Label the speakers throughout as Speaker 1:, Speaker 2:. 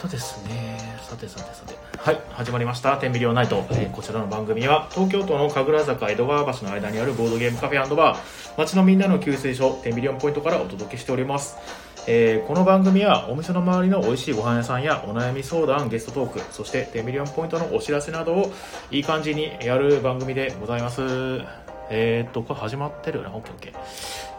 Speaker 1: そうですねさてさてさてはい始まりました「天秤リオナイト、えーこちらの番組は東京都の神楽坂江戸川橋の間にあるボードゲームカフェバー町のみんなの給水所天秤リオンポイントからお届けしておりますえーこの番組はお店の周りの美味しいご飯屋さんやお悩み相談ゲストトークそしてテンビリオンポイントのお知らせなどをいい感じにやる番組でございますえーっとこれ始まってるよなオッケーオッケー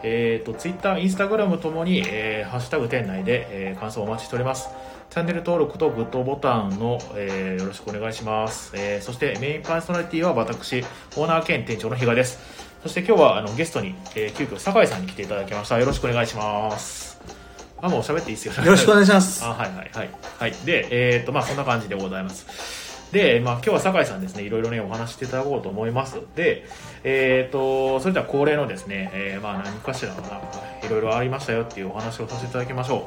Speaker 1: えーっとツイッターインスタグラムともに、えーハッシュタグ店内で、えー感想をお待ちしておりますチャンネル登録とグッドボタンの、えーよろしくお願いします、えーそしてメインパーソナリティは私オーナー兼店長の比嘉ですそして今日はあのゲストに、えー急遽酒井さんに来ていただきましたよろしくお願いしますあもう喋っていいですよ
Speaker 2: よろしくお願いします。
Speaker 1: あはいはいはい、はい、でえっ、とまあそんな感じでございますで、まあ、今日は酒井さんですねいろいろねお話ししていただこうと思いますでえっ、とそれでは恒例のですね、えーまあ何かしらのないろいろありましたよっていうお話をさせていただきましょう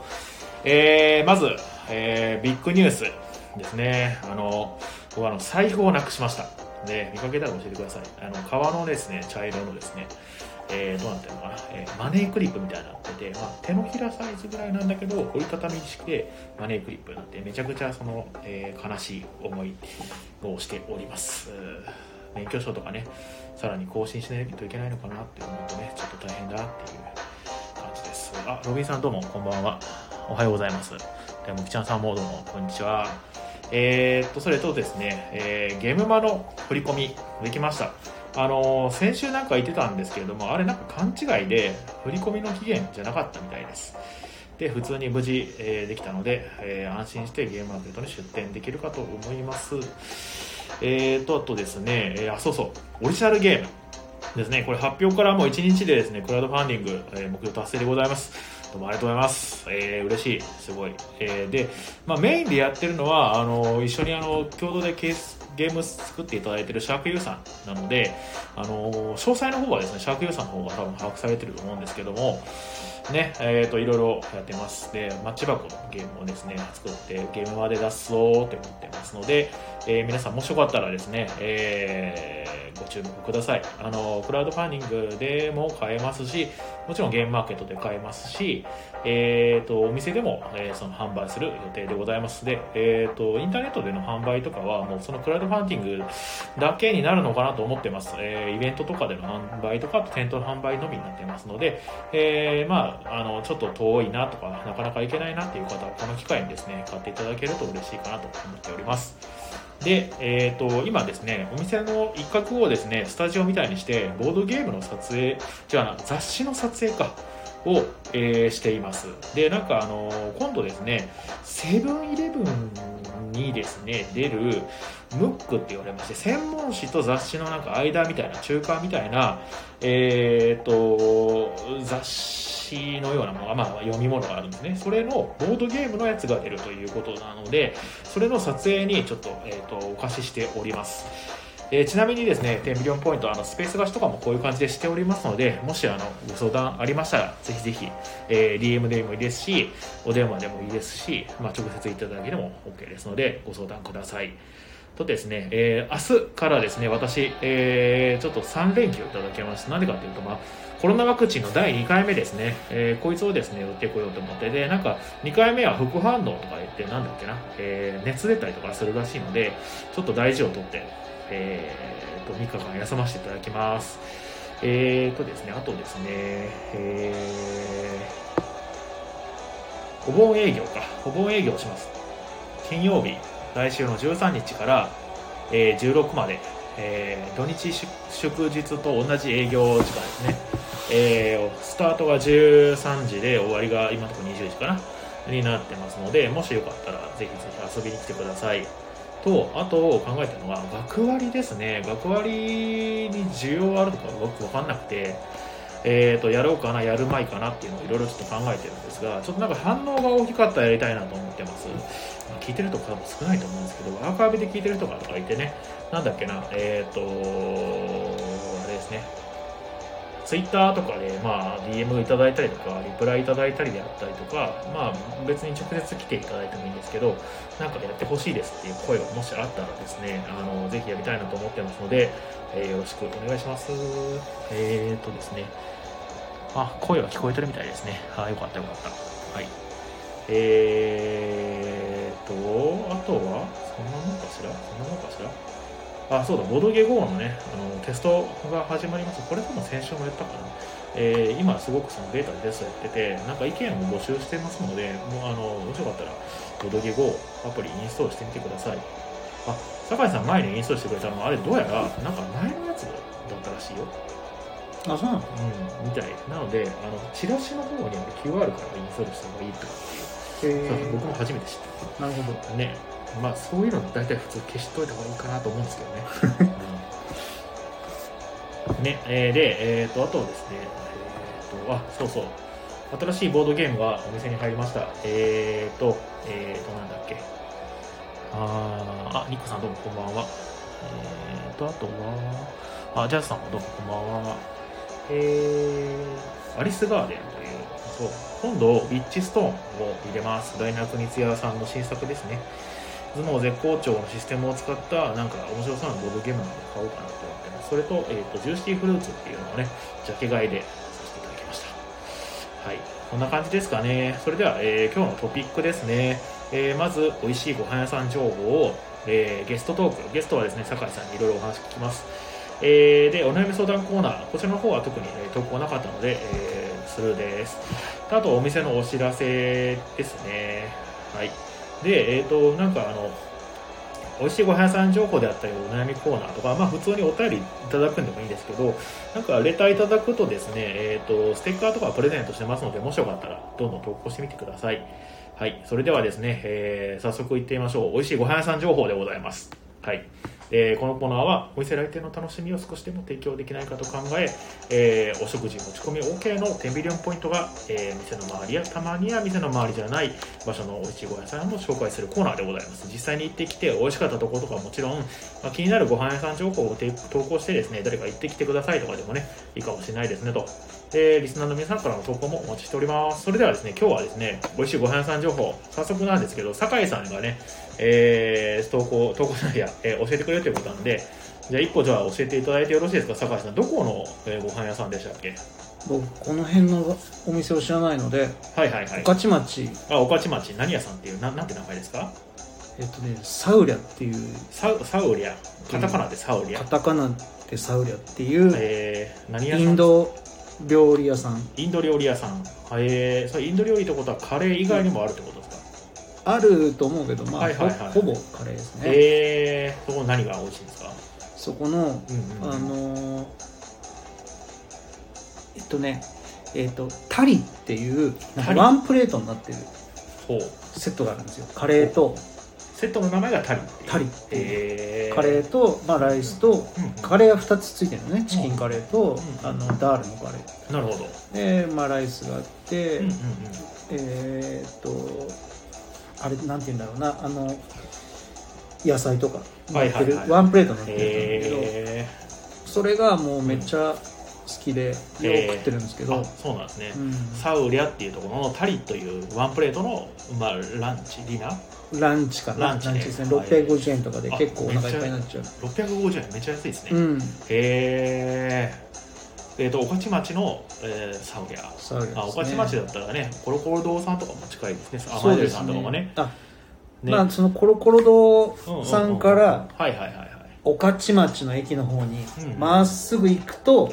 Speaker 1: えーまず、えービッグニュースですねあの僕あの財布をなくしましたで見かけたら教えてくださいあの革のですね茶色のですねえーどうなってるのかな、えーマネークリップみたいになってて、まあ、手のひらサイズぐらいなんだけど折りたたみ式でマネークリップになってめちゃくちゃその、えー悲しい思いをしておりますうー免許証とかねさらに更新しないといけないのかなって思うとねちょっと大変だなっていう感じですあロビンさんどうもこんばんはおはようございますでむきちゃんさんもどうもこんにちはえーっとそれとですね、えーゲームマの振り込みできましたあのー先週なんか言ってたんですけれどもあれなんか勘違いで振り込みの期限じゃなかったみたいですで普通に無事、えーできたので、えー安心してゲームマーケットに出店できるかと思いますえーとあとですね、えーあそうそうオリジナルゲームですねこれ発表からもう1日でですねクラウドファンディング、えー目標達成でございますどうもありがとうございます。えー、嬉しい。すごい。えー、で、まあ、メインでやってるのは、あの、一緒にあの、共同でケース、ゲーム作っていただいてるシャークユーさんなので、あの、詳細の方はですね、シャークユーさんの方が多分把握されてると思うんですけども、ね、えっ、と、いろいろやってます。で、マッチ箱のゲームをですね、作って、ゲームまで出そうって思ってますので、えー皆さんもしよかったらですね、えーご注目ください。あの、クラウドファンディングでも買えますし、もちろんゲームマーケットで買えますし、えー、とお店でも、えーその販売する予定でございますで、えー、とインターネットでの販売とかはもうそのクラウドファンディングだけになるのかなと思ってます、えーイベントとかでの販売とか店頭の販売のみになってますので、えーまあ、あのちょっと遠いなとかなかなか行けないなっていう方はこの機会にですね買っていただけると嬉しいかなと思っておりますで、えー、と今ですねお店の一角をですねスタジオみたいにしてボードゲームの撮影じゃあ雑誌の撮影かを、えーしていますでなんかあのー今度ですねセブンイレブンにですね出るムックって言われまして専門誌と雑誌のなんか間みたいな中間みたいなえー、と雑誌のようなものが、まあ、読み物があるんですねそれのボードゲームのやつが出るということなのでそれの撮影にちょっと,、えー、とお貸ししておりますえーちなみにですね、10ミリオンポイント、あのスペース貸しとかもこういう感じでしておりますので、もしあのご相談ありましたら、ぜひぜひ、えー DM でもいいですし、お電話でもいいですし、まあ、直接いただけでも OK ですので、ご相談ください。とですね、えー明日からですね、私、えーちょっと3連休いただきました。なんでかというと、まあ、コロナワクチンの第2回目ですね、えーこいつをですね、打ってこようと思って、で、なんか、2回目は副反応とか言って、なんだっけな、えー熱出たりとかするらしいので、ちょっと大事をとって、えー、と3日間休ませていただきます。えーとですね、あとですね、えーお盆営業か、お盆営業します。金曜日、来週の13日から、えー16まで、えー土日祝祝日と同じ営業時間ですね。えースタートが13時で終わりが今のところ20時かなになってますので、もしよかったらぜひぜひ遊びに来てください。とあと考えたのは学割ですね学割に需要あるとかよく分かんなくてえー、とやろうかなやるまいかなっていうのをいろいろちょっと考えてるんですがちょっとなんか反応が大きかったらやりたいなと思ってます、まあ聞いてるとこ多分少ないと思うんですけどアーカイブで聞いてる人がとかいてねなんだっけなえっ、とあれですねツイッターとかで、まあ、DM いただいたりとか、リプライいただいたりであったりとか、まあ、別に直接来ていただいてもいいんですけど、なんかやってほしいですっていう声がもしあったらですね、あの、ぜひやりたいなと思ってますので、えーよろしくお願いします。えーとですね、あ、声が聞こえてるみたいですね。あ、よかったよかった。はい。えーと、あとは、そんなもんかしらそんなもんかしらあ、そうだ、ボドゲ GO のね、あの、テストが始まります。これ多分先週も言ったかな。えー今すごくそのデータでテストやってて、なんか意見を募集してますので、もうあの、もしよかったら、ボドゲ GO アプリインストールしてみてください。あ、酒井さん前にインストールしてくれたのは、あれどうやら、なんか前のやつだったらしいよ。
Speaker 2: あ、そうなの
Speaker 1: うん、みたい。なので、あの、チラシの方にある QR からインストールした方がいいとかっ
Speaker 2: へ
Speaker 1: ていう、そう僕も
Speaker 2: え。
Speaker 1: 初めて知った。
Speaker 2: なるほど。
Speaker 1: ねまあそういうの大体普通消しといた方がいいかなと思うんですけどね。うんね、えーで、えー、とあとはですね、えー、とあそうそう新しいボードゲームがお店に入りました。えー、と、えー、となんだっけあーあ、ニッコさんどうもこんばんは。えー、とあとはあジャズさんもどうもこんばんは。えー、アリスガーデンという、そう、今度、ビッチストーンを入れます。ダイナクニツヤさんの新作ですね。頭脳絶好調のシステムを使った、なんか面白そうなボードゲームなので買おうかなと思ってます。それと、えっ、と、ジューシーフルーツっていうのをね、ジャケ買いでさせていただきました。はい。こんな感じですかね。それでは、えー今日のトピックですね。えーまず、美味しいご飯屋さん情報を、えーゲストトーク。ゲストはですね、酒井さんにいろいろお話聞きます。えーで、お悩み相談コーナー、こちらの方は特に、えー投稿なかったので、えースルーです。あと、お店のお知らせですね。はい。で、えっ、と、なんか、あの、美味しいご飯屋さん情報であったり、お悩みコーナーとか、まあ、普通にお便りいただくんでもいいんですけど、なんか、レターいただくとですね、えっ、と、ステッカーとかプレゼントしてますので、もしよかったら、どんどん投稿してみてください。はい。それではですね、えー早速行ってみましょう。美味しいご飯屋さん情報でございます。はい。えーこのコーナーはお店来店の楽しみを少しでも提供できないかと考ええーお食事持ち込み OK のテンビリオンポイントが、えー店の周りやたまには店の周りじゃない場所のおいしいご飯屋さんを紹介するコーナーでございます実際に行ってきて美味しかったところとかもちろん、まあ、気になるご飯屋さん情報をて投稿してですね誰か行ってきてくださいとかでもねいいかもしれないですねと、えーリスナーの皆さんからの投稿もお待ちしておりますそれではですね今日はですね美味しいご飯屋さん情報早速なんですけど酒井さんがねえー、投稿、投稿じゃないや、えー教えてくれるということなんで、じゃあ一個じゃあ教えていただいてよろしいですか、坂井さん。どこの、えーご飯屋さんでしたっけ
Speaker 2: 僕、この辺のお店を知らないので、
Speaker 1: はいはいはい
Speaker 2: 御。徒町、
Speaker 1: あ、御徒町、何屋さんっていう、ななんて名前ですか
Speaker 2: えっとね、サウリャっていう、
Speaker 1: サウサウリア。カタカナでサウリア
Speaker 2: カ。タカナでサウリャっていう、
Speaker 1: えー、何屋さん
Speaker 2: インド料理屋さん。
Speaker 1: インド料理屋さん。えー、それインド料理ってことはカレー以外にもあるってことですか、
Speaker 2: あると思うけど、まあ、
Speaker 1: はいはいはい
Speaker 2: ほほぼカレーですね。
Speaker 1: えー、そこ何が美味しいんですか
Speaker 2: そこの、
Speaker 1: うんうんうん。
Speaker 2: あのーえっとね、えっと、タリっていう、
Speaker 1: タ
Speaker 2: なんか
Speaker 1: リ
Speaker 2: ワンプレートになってる
Speaker 1: ほう。
Speaker 2: セットがあるんですよ。カレーと、
Speaker 1: セットの名前がタリっていう。
Speaker 2: タリっていう。
Speaker 1: えー、
Speaker 2: カレーと、まあ、ライスと、
Speaker 1: うんうん
Speaker 2: カレーは2つついてるのね。チキンカレー
Speaker 1: う
Speaker 2: と、
Speaker 1: ん
Speaker 2: あの、ダールのカレ
Speaker 1: なるほど。
Speaker 2: ー。で、まあ、ライスがあって、
Speaker 1: うんうんうん。
Speaker 2: えーっと、あれ、なんて言うんだろうな、あの、野菜とか乗って
Speaker 1: はい
Speaker 2: る、
Speaker 1: はいはい
Speaker 2: ワンプレートになってるんだけど、
Speaker 1: えー。
Speaker 2: それがもうめっちゃ好きでよく
Speaker 1: へー
Speaker 2: 食ってるんですけど、
Speaker 1: あそうなんですね、
Speaker 2: う
Speaker 1: サウリャっていうところのタリというワンプレートの、まあ、ランチディナー
Speaker 2: ん、ランチかな
Speaker 1: ランチね
Speaker 2: ですね
Speaker 1: はい
Speaker 2: 650円とかで
Speaker 1: あ
Speaker 2: 結構お腹
Speaker 1: めっ
Speaker 2: い
Speaker 1: ち
Speaker 2: っ
Speaker 1: ゃ
Speaker 2: ぱいになっちゃう
Speaker 1: 650円めっちゃ安いですね、
Speaker 2: う
Speaker 1: へ
Speaker 2: ん
Speaker 1: ええっ、と御徒町の、えーサウリャ
Speaker 2: サウリ
Speaker 1: あ
Speaker 2: ャ
Speaker 1: 御
Speaker 2: ですね
Speaker 1: 徒町だったらねコロコロ堂さんとかも近いですねあ
Speaker 2: そ
Speaker 1: マ
Speaker 2: う
Speaker 1: イ
Speaker 2: で
Speaker 1: ル
Speaker 2: す
Speaker 1: さんとかもね
Speaker 2: あ
Speaker 1: ね
Speaker 2: まあそのコロコロ
Speaker 1: うんうんう
Speaker 2: 堂さんから
Speaker 1: はいはいはいはい
Speaker 2: 御徒町の駅の方に
Speaker 1: うん
Speaker 2: まっすぐ行くと
Speaker 1: おう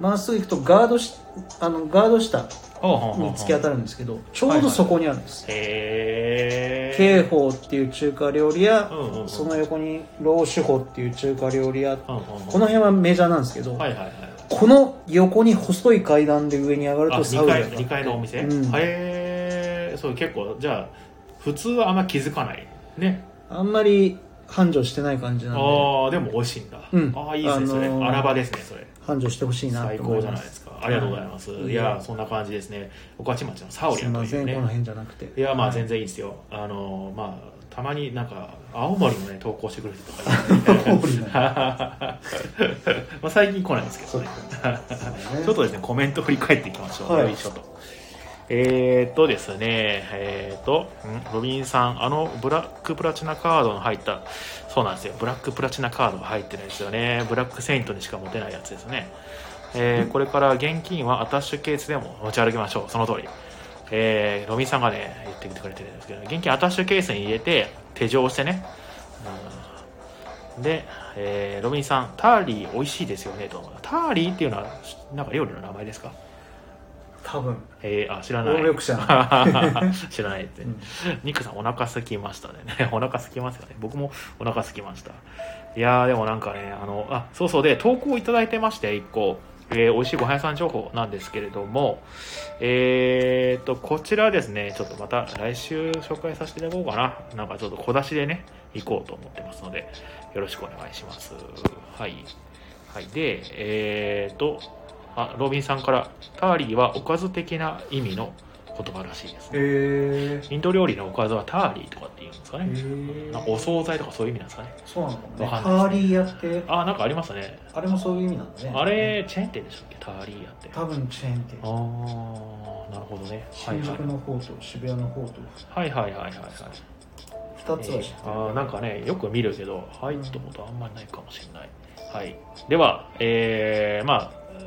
Speaker 2: まっすぐ行くとガードしあのガード下
Speaker 1: ほうほうほうほう
Speaker 2: に突き当たるんですけどちょうどそこにあるんです
Speaker 1: へ
Speaker 2: 慶
Speaker 1: え
Speaker 2: 宝っていう中華料理
Speaker 1: う
Speaker 2: 屋
Speaker 1: んうんうん
Speaker 2: その横に老酒宝っていう中華料理屋
Speaker 1: うんうんうん
Speaker 2: この辺はメジャーなんですけど、
Speaker 1: はいはいはい
Speaker 2: この横に細い階段で上に上がる
Speaker 1: あ
Speaker 2: とサ
Speaker 1: 2
Speaker 2: ウナがあ
Speaker 1: 階
Speaker 2: って
Speaker 1: 二階のお店、
Speaker 2: うん
Speaker 1: へえそう結構じゃあ普通はあんま気づかないね
Speaker 2: あんまり繁盛してない感じなんで
Speaker 1: ああでも美味しいんだ、
Speaker 2: うん
Speaker 1: ああいいですね、
Speaker 2: あの
Speaker 1: そ
Speaker 2: ー
Speaker 1: れ穴場ですねそれ
Speaker 2: 繁盛してほしいな
Speaker 1: 最
Speaker 2: と思
Speaker 1: 高
Speaker 2: い
Speaker 1: じゃ
Speaker 2: ま
Speaker 1: ないですすかありがとうございます、
Speaker 2: はい
Speaker 1: い、やーそんな感じですね御徒町のサオリ
Speaker 2: す
Speaker 1: ア
Speaker 2: い
Speaker 1: と
Speaker 2: ま
Speaker 1: い
Speaker 2: せ
Speaker 1: うん
Speaker 2: この
Speaker 1: ね
Speaker 2: 辺じゃなくて
Speaker 1: いやまあ全然いいですよあのーまあたまになんか青森もね投稿してくれる人とかいて
Speaker 2: 青森の
Speaker 1: まあ最近来ないんですけ
Speaker 2: そ
Speaker 1: ど
Speaker 2: う
Speaker 1: ね
Speaker 2: ですね
Speaker 1: ちょっとですね、コメント振り返っていきましょう。
Speaker 2: はい
Speaker 1: よいしょと。えー、っとですね、えー、っと、んロビンさん、あのブラックプラチナカードの入った、そうなんですよ、ブラックプラチナカードが入ってるんですよね。ブラックセイントにしか持てないやつですね。えーこれから現金はアタッシュケースでも持ち歩きましょう。その通り。えー、ロミンさんがね、言ってきてくれてるんですけど、現金アタッシュケースに入れて、手錠をしてね、うんで、えー、ロミンさん、ターリー美味しいですよね、と。ターリーっていうのは、なんか料理の名前ですか
Speaker 2: 多分
Speaker 1: えー、あ、知らない。
Speaker 2: 能力者
Speaker 1: 知らないって、
Speaker 2: うん
Speaker 1: ニックさんお腹空きましたね お腹空きますよね僕もお腹空きましたいやーでもなんかねあのあそうそうで投稿いただいてまして1個、えー、美味しいごはん屋さん情報なんですけれどもえー、っとこちらですねちょっとまた来週紹介させていただこうかななんかちょっと小出しでね行こうと思ってますのでよろしくお願いしますはいはいでえー、っとあロビンさんからターリーはおかず的な意味の言葉らしいですね
Speaker 2: えー、
Speaker 1: インド料理のおかずはターリーとかって言うんですかね、
Speaker 2: え
Speaker 1: なんかお惣菜とかそういう意味なんですかね
Speaker 2: そうなのかもね
Speaker 1: わかん
Speaker 2: タ
Speaker 1: ない
Speaker 2: ーリー屋って
Speaker 1: あなんかありましたね
Speaker 2: あれもそういう意味なんだね
Speaker 1: あれチェーン店でしたっけターリーやってあ
Speaker 2: 多分チェーン店
Speaker 1: あーなるほどねはい
Speaker 2: 新
Speaker 1: はい
Speaker 2: 宿の方と渋谷の方と
Speaker 1: はいはいはいはいはい
Speaker 2: 2つは知ってる、
Speaker 1: あーなんかねよく見るけど入ったことあんまりないかもしれない、はい、ではえー、まあうん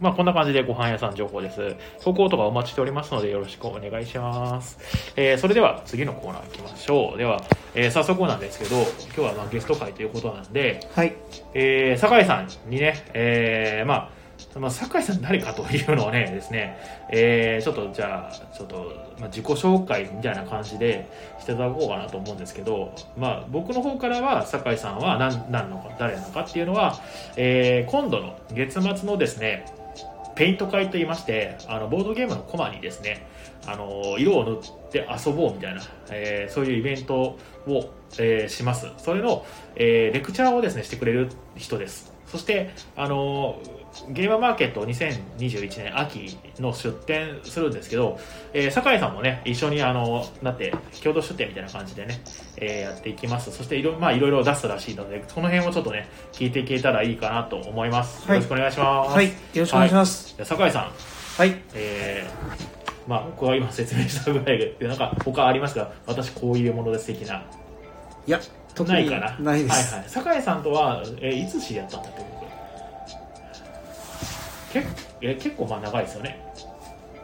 Speaker 1: まあこんな感じでご飯屋さん情報です。投稿とかお待ちしておりますのでよろしくお願いします。えー、それでは次のコーナー行きましょう。では、えー、早速なんですけど、今日はまあゲスト会ということなんで、
Speaker 2: はい
Speaker 1: えー、酒井さんにね、えーまあ、まあ、酒井さん誰かというのはね、ですね、えーちょっとじゃあ、ちょっと、まあ、自己紹介みたいな感じでしていただこうかなと思うんですけど、まあ、僕の方からは、酒井さんは何、何のか、誰なのかっていうのは、えー今度の月末のですね、ペイント会といいまして、あの、ボードゲームのコマにですね、あの、色を塗って遊ぼうみたいな、えーそういうイベントを、えーします。それの、えーレクチャーをですねしてくれる人ですそしてあのーゲームマーケット2021年秋の出展するんですけど、えー酒井さんもね一緒にあのなって共同出展みたいな感じでね、えーやっていきますそしていろ,、まあ、いろいろ出すらしいのでこの辺をちょっとね聞いていけたらいいかなと思います、
Speaker 2: は
Speaker 1: よ
Speaker 2: い
Speaker 1: ろしくお願いします、
Speaker 2: はいよろしくお願いします
Speaker 1: じゃあ酒井さん
Speaker 2: はい、
Speaker 1: えーまあ、僕は今説明したぐらいで、なんか他ありますが、私こういうものです的な。
Speaker 2: いや特
Speaker 1: ない
Speaker 2: に
Speaker 1: かな。
Speaker 2: ないです、
Speaker 1: はいはい。酒井さんとは、えーいつ知り合ったんだっけ結えー結構まあ長いですよね。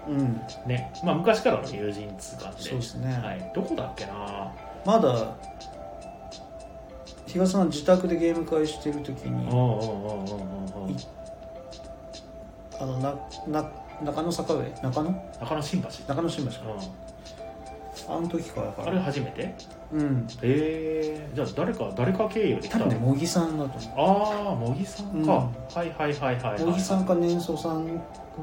Speaker 2: うん
Speaker 1: ね。まあ昔からの友人っつう感じで。
Speaker 2: そうですね、
Speaker 1: はい。どこだっけな
Speaker 2: まだ比嘉さん自宅でゲーム会してる時
Speaker 1: うんうんうん
Speaker 2: に
Speaker 1: うんうんうん
Speaker 2: い。あのなな中野坂上中野
Speaker 1: 中野新橋。
Speaker 2: 中野新橋か
Speaker 1: う
Speaker 2: あの時からだか
Speaker 1: ん。あれ
Speaker 2: ら
Speaker 1: 初めて
Speaker 2: うん
Speaker 1: えー、じゃあ誰か、誰か経由で来た
Speaker 2: 多分ね茂木さんだと思
Speaker 1: ああ、茂木さんか、
Speaker 2: うん
Speaker 1: はいはいはいはい、はい。
Speaker 2: う茂木さんか年相さん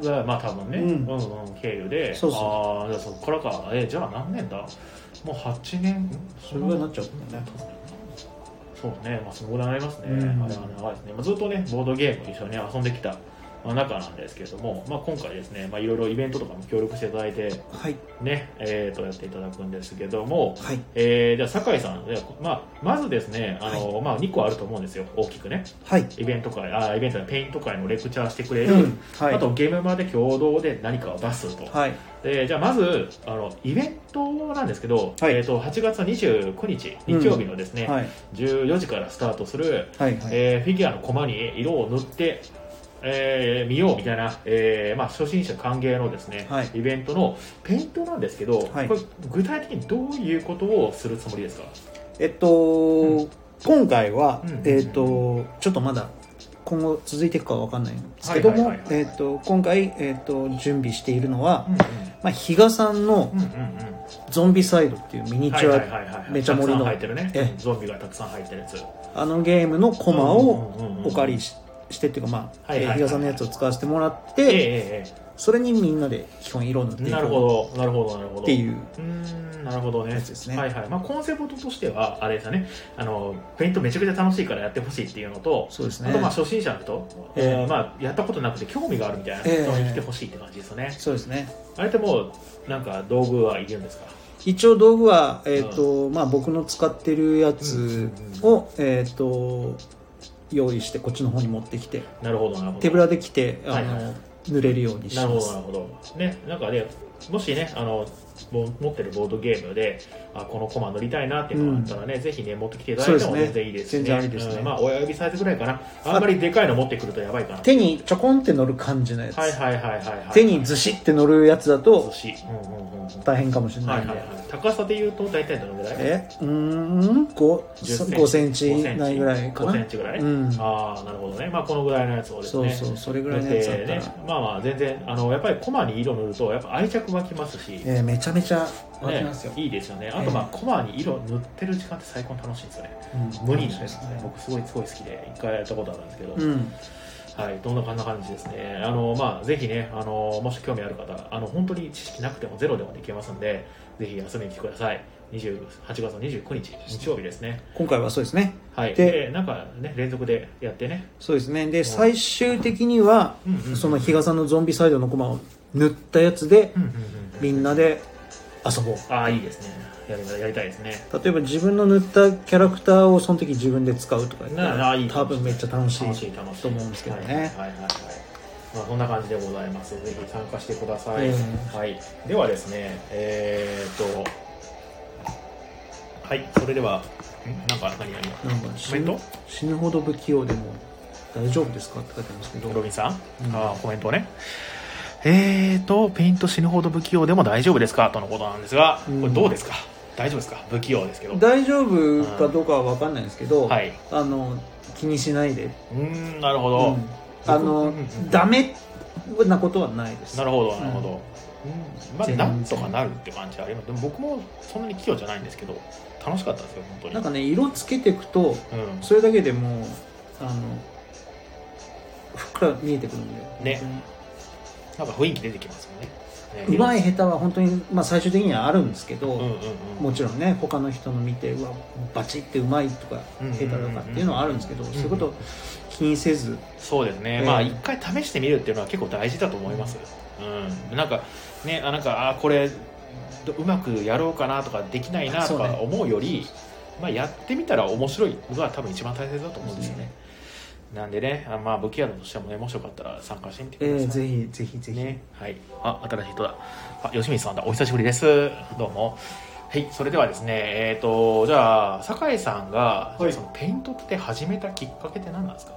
Speaker 1: がまあ多分ね、う
Speaker 2: うんん、
Speaker 1: うん経由で
Speaker 2: そうそう
Speaker 1: ああじゃあそっからかえじゃあ何年だもう8年ん
Speaker 2: それぐらいになっちゃうんだよね
Speaker 1: そうねまあそのぐらいになりますね、
Speaker 2: うん
Speaker 1: あれは長いですね、まあ、ずっとねボードゲーム一緒に、遊んできたまあ中なんですけれども、まあ、今回ですねまあいろいろイベントとかも協力していただいて
Speaker 2: はい
Speaker 1: ねえー、とやっていただくんですけども
Speaker 2: はい
Speaker 1: えー、じゃあ酒井さん、じゃあまあ、まずですねあの、まあ、2個あると思うんですよ大きくね
Speaker 2: はい
Speaker 1: イベント会あイベントやペイント会のレクチャーしてくれる、
Speaker 2: うんはい
Speaker 1: あとゲームまで共同で何かを出すと、
Speaker 2: はい
Speaker 1: でじゃあまずあのイベントなんですけど、
Speaker 2: はい
Speaker 1: えー、と8月29日日曜日のですね、
Speaker 2: はい
Speaker 1: 14時からスタートする、
Speaker 2: はいはい
Speaker 1: えーフィギュアのコマに色を塗って、えー見ようみたいな、えーまあ、初心者歓迎のですね、
Speaker 2: はい
Speaker 1: イベントのペイントなんですけど、
Speaker 2: はい
Speaker 1: これ具体的にどういうことをするつもりですか
Speaker 2: えっと今回は
Speaker 1: うん
Speaker 2: えっとちょっとまだ今後続いていくかは分かんないんですけども
Speaker 1: はいはいはいはい
Speaker 2: えっと今回えっと準備しているのは
Speaker 1: うんう
Speaker 2: まあ比嘉さんの
Speaker 1: んうんうんうん
Speaker 2: ゾンビサイドっていうミニチュア
Speaker 1: ア
Speaker 2: めちゃ盛りの
Speaker 1: 入ってるね、
Speaker 2: え
Speaker 1: ゾンビがたくさん入ってるやつ
Speaker 2: あのゲームのコマをお借り
Speaker 1: し
Speaker 2: ししてっていうかまあ
Speaker 1: はいはいはい、
Speaker 2: えー比嘉さんのやつを使わせてもらって
Speaker 1: ええ
Speaker 2: て
Speaker 1: ええ
Speaker 2: それにみんなで基本色を塗ってい
Speaker 1: なる
Speaker 2: く
Speaker 1: ほどなるほどなるほど
Speaker 2: っていう
Speaker 1: うーんなるほどね
Speaker 2: やつですね
Speaker 1: はいはいまあ、コンセプトとしてはあれですよねあのペイントめちゃくちゃ楽しいからやってほしいっていうのと、
Speaker 2: そうです
Speaker 1: あ
Speaker 2: ね
Speaker 1: とまあ初心者の人、
Speaker 2: ええ
Speaker 1: えーまあ、やったことなくて興味があるみたいな
Speaker 2: ええ
Speaker 1: 人に来てほしいって感じですよね、
Speaker 2: そうですね
Speaker 1: あれってもうなんか道具はいるんですか
Speaker 2: 一応道具は、えーとまあ、僕の使ってるやつを、えー、と用意してこっちの方に持ってきて
Speaker 1: なるほどなるほど
Speaker 2: 手ぶらで来てあの、
Speaker 1: はいは
Speaker 2: 塗れるようにし
Speaker 1: なるほ
Speaker 2: ま
Speaker 1: どな
Speaker 2: す
Speaker 1: るほどねなんかねもしねあのも持ってるボードゲームであこのコマ乗りたいなっていうのがあったらね、ぜひね持ってきていただいても
Speaker 2: そうですね
Speaker 1: 全然いいですね
Speaker 2: 全然ありですね
Speaker 1: うんまあ親指サイズぐらいかなあんまりでかいの持ってくるとやばいかな
Speaker 2: 手にちょこんって乗る感じのやつ、
Speaker 1: はいはいはいはい、はい、
Speaker 2: 手にずしって乗るやつだ
Speaker 1: 寿
Speaker 2: と
Speaker 1: 司うんうんうんうん
Speaker 2: 大変かもしれ
Speaker 1: は
Speaker 2: ない
Speaker 1: い
Speaker 2: んで、
Speaker 1: はいはい高さで言うと大体どのぐらい
Speaker 2: えうーん 5, 5センチないぐらいか
Speaker 1: 5セ
Speaker 2: な
Speaker 1: ンチぐらい、
Speaker 2: うん
Speaker 1: ああなるほどねまあこのぐらいのやつをです
Speaker 2: そう
Speaker 1: ね
Speaker 2: そうそれぐら
Speaker 1: だ
Speaker 2: い
Speaker 1: っ
Speaker 2: のやつだった
Speaker 1: て
Speaker 2: ら、
Speaker 1: ね、まあまあ全然あのやっぱりコマに色塗るとやっぱ愛着湧きますし、
Speaker 2: えーめちゃめちゃ湧きますよ、
Speaker 1: ねいいですよねあとまあ、コマに色塗ってる時間って最高に楽しいんですよね
Speaker 2: うん
Speaker 1: 無理なんです
Speaker 2: そう
Speaker 1: ね僕すごいすごい好きで一回やったことあるんですけど、
Speaker 2: うん
Speaker 1: はいどんなこんな感じですねあのまあぜひねあのもし興味ある方あの本当に知識なくてもゼロでもできますんでぜひ遊びに来てください28月の29日日曜日ですね
Speaker 2: 今回はそうですね
Speaker 1: はい
Speaker 2: で
Speaker 1: でなんかね連続でやってね
Speaker 2: そうですねで最終的には
Speaker 1: うんうんうん
Speaker 2: その比嘉さんのゾンビサイドのコマを塗ったやつで
Speaker 1: うんうんうん
Speaker 2: みんなで遊ぼう
Speaker 1: ああいいですねやりやりたいですね
Speaker 2: 例えば自分の塗ったキャラクターをその時自分で使うとかやった
Speaker 1: なあ
Speaker 2: ら
Speaker 1: いい
Speaker 2: 多分めっちゃ楽しい
Speaker 1: 楽しい楽しい
Speaker 2: と思うんですけどね
Speaker 1: はいはいはい、はいまあ、そんな感じでございますぜひ参加してください、
Speaker 2: うん
Speaker 1: はい、ではですねえー、っとはいそれではんなんか何何
Speaker 2: なんか
Speaker 1: コメ
Speaker 2: 死
Speaker 1: ン
Speaker 2: ぬ
Speaker 1: ト
Speaker 2: 死ぬほど不器用でも大丈夫ですかって書いてありますけど
Speaker 1: ロビンさん、
Speaker 2: うん
Speaker 1: あーコメントをねえーとペイント死ぬほど不器用でも大丈夫ですかとのことなんですが
Speaker 2: うん
Speaker 1: これどうですか、大丈夫ですか不器用ですけど
Speaker 2: 大丈夫かどうかは分かんないですけど、
Speaker 1: はい
Speaker 2: あの気にしないで、
Speaker 1: うーんなるほ
Speaker 2: う
Speaker 1: ど、
Speaker 2: んあ
Speaker 1: うん
Speaker 2: の
Speaker 1: うんうん
Speaker 2: ダメなことはないです
Speaker 1: なるほどなるほど、うんまあ
Speaker 2: 全
Speaker 1: な
Speaker 2: 然
Speaker 1: んとかなるって感じはありますでも僕もそんなに器用じゃないんですけど楽しかったですよ本当に
Speaker 2: なんかね色つけていくと
Speaker 1: うん
Speaker 2: それだけでもうあのふっくら見えてくるんで、
Speaker 1: ねなんか雰囲気出てきますよねね
Speaker 2: うまい下手は本当にまあ最終的にはあるんですけど、
Speaker 1: うんうんうん
Speaker 2: もちろんね他の人の見てうわバチってうまいとか
Speaker 1: うんうんうん
Speaker 2: 下手とかっていうのはあるんですけど、
Speaker 1: ん
Speaker 2: そういうことを気にせず、
Speaker 1: そうですね、
Speaker 2: ええ
Speaker 1: まあ一回試してみるっていうのは結構大事だと思いますうんなんかねあなんかあこれどうまくやろうかなとかできないなと
Speaker 2: そう
Speaker 1: か
Speaker 2: ね
Speaker 1: 思うよりまあ、やってみたら面白いのが多分一番大切だと思うんですよねなんでねあまあ武器屋としてもねもしよかったら参加してみてく
Speaker 2: え
Speaker 1: ださい、
Speaker 2: ーぜひぜひぜひ、
Speaker 1: ね、はい、あ新しい人だあ吉光さんだお久しぶりですどうもはいそれではですねえっ、とじゃあ酒井さんが、
Speaker 2: はい
Speaker 1: そのペイントって始めたきっかけって何なんですか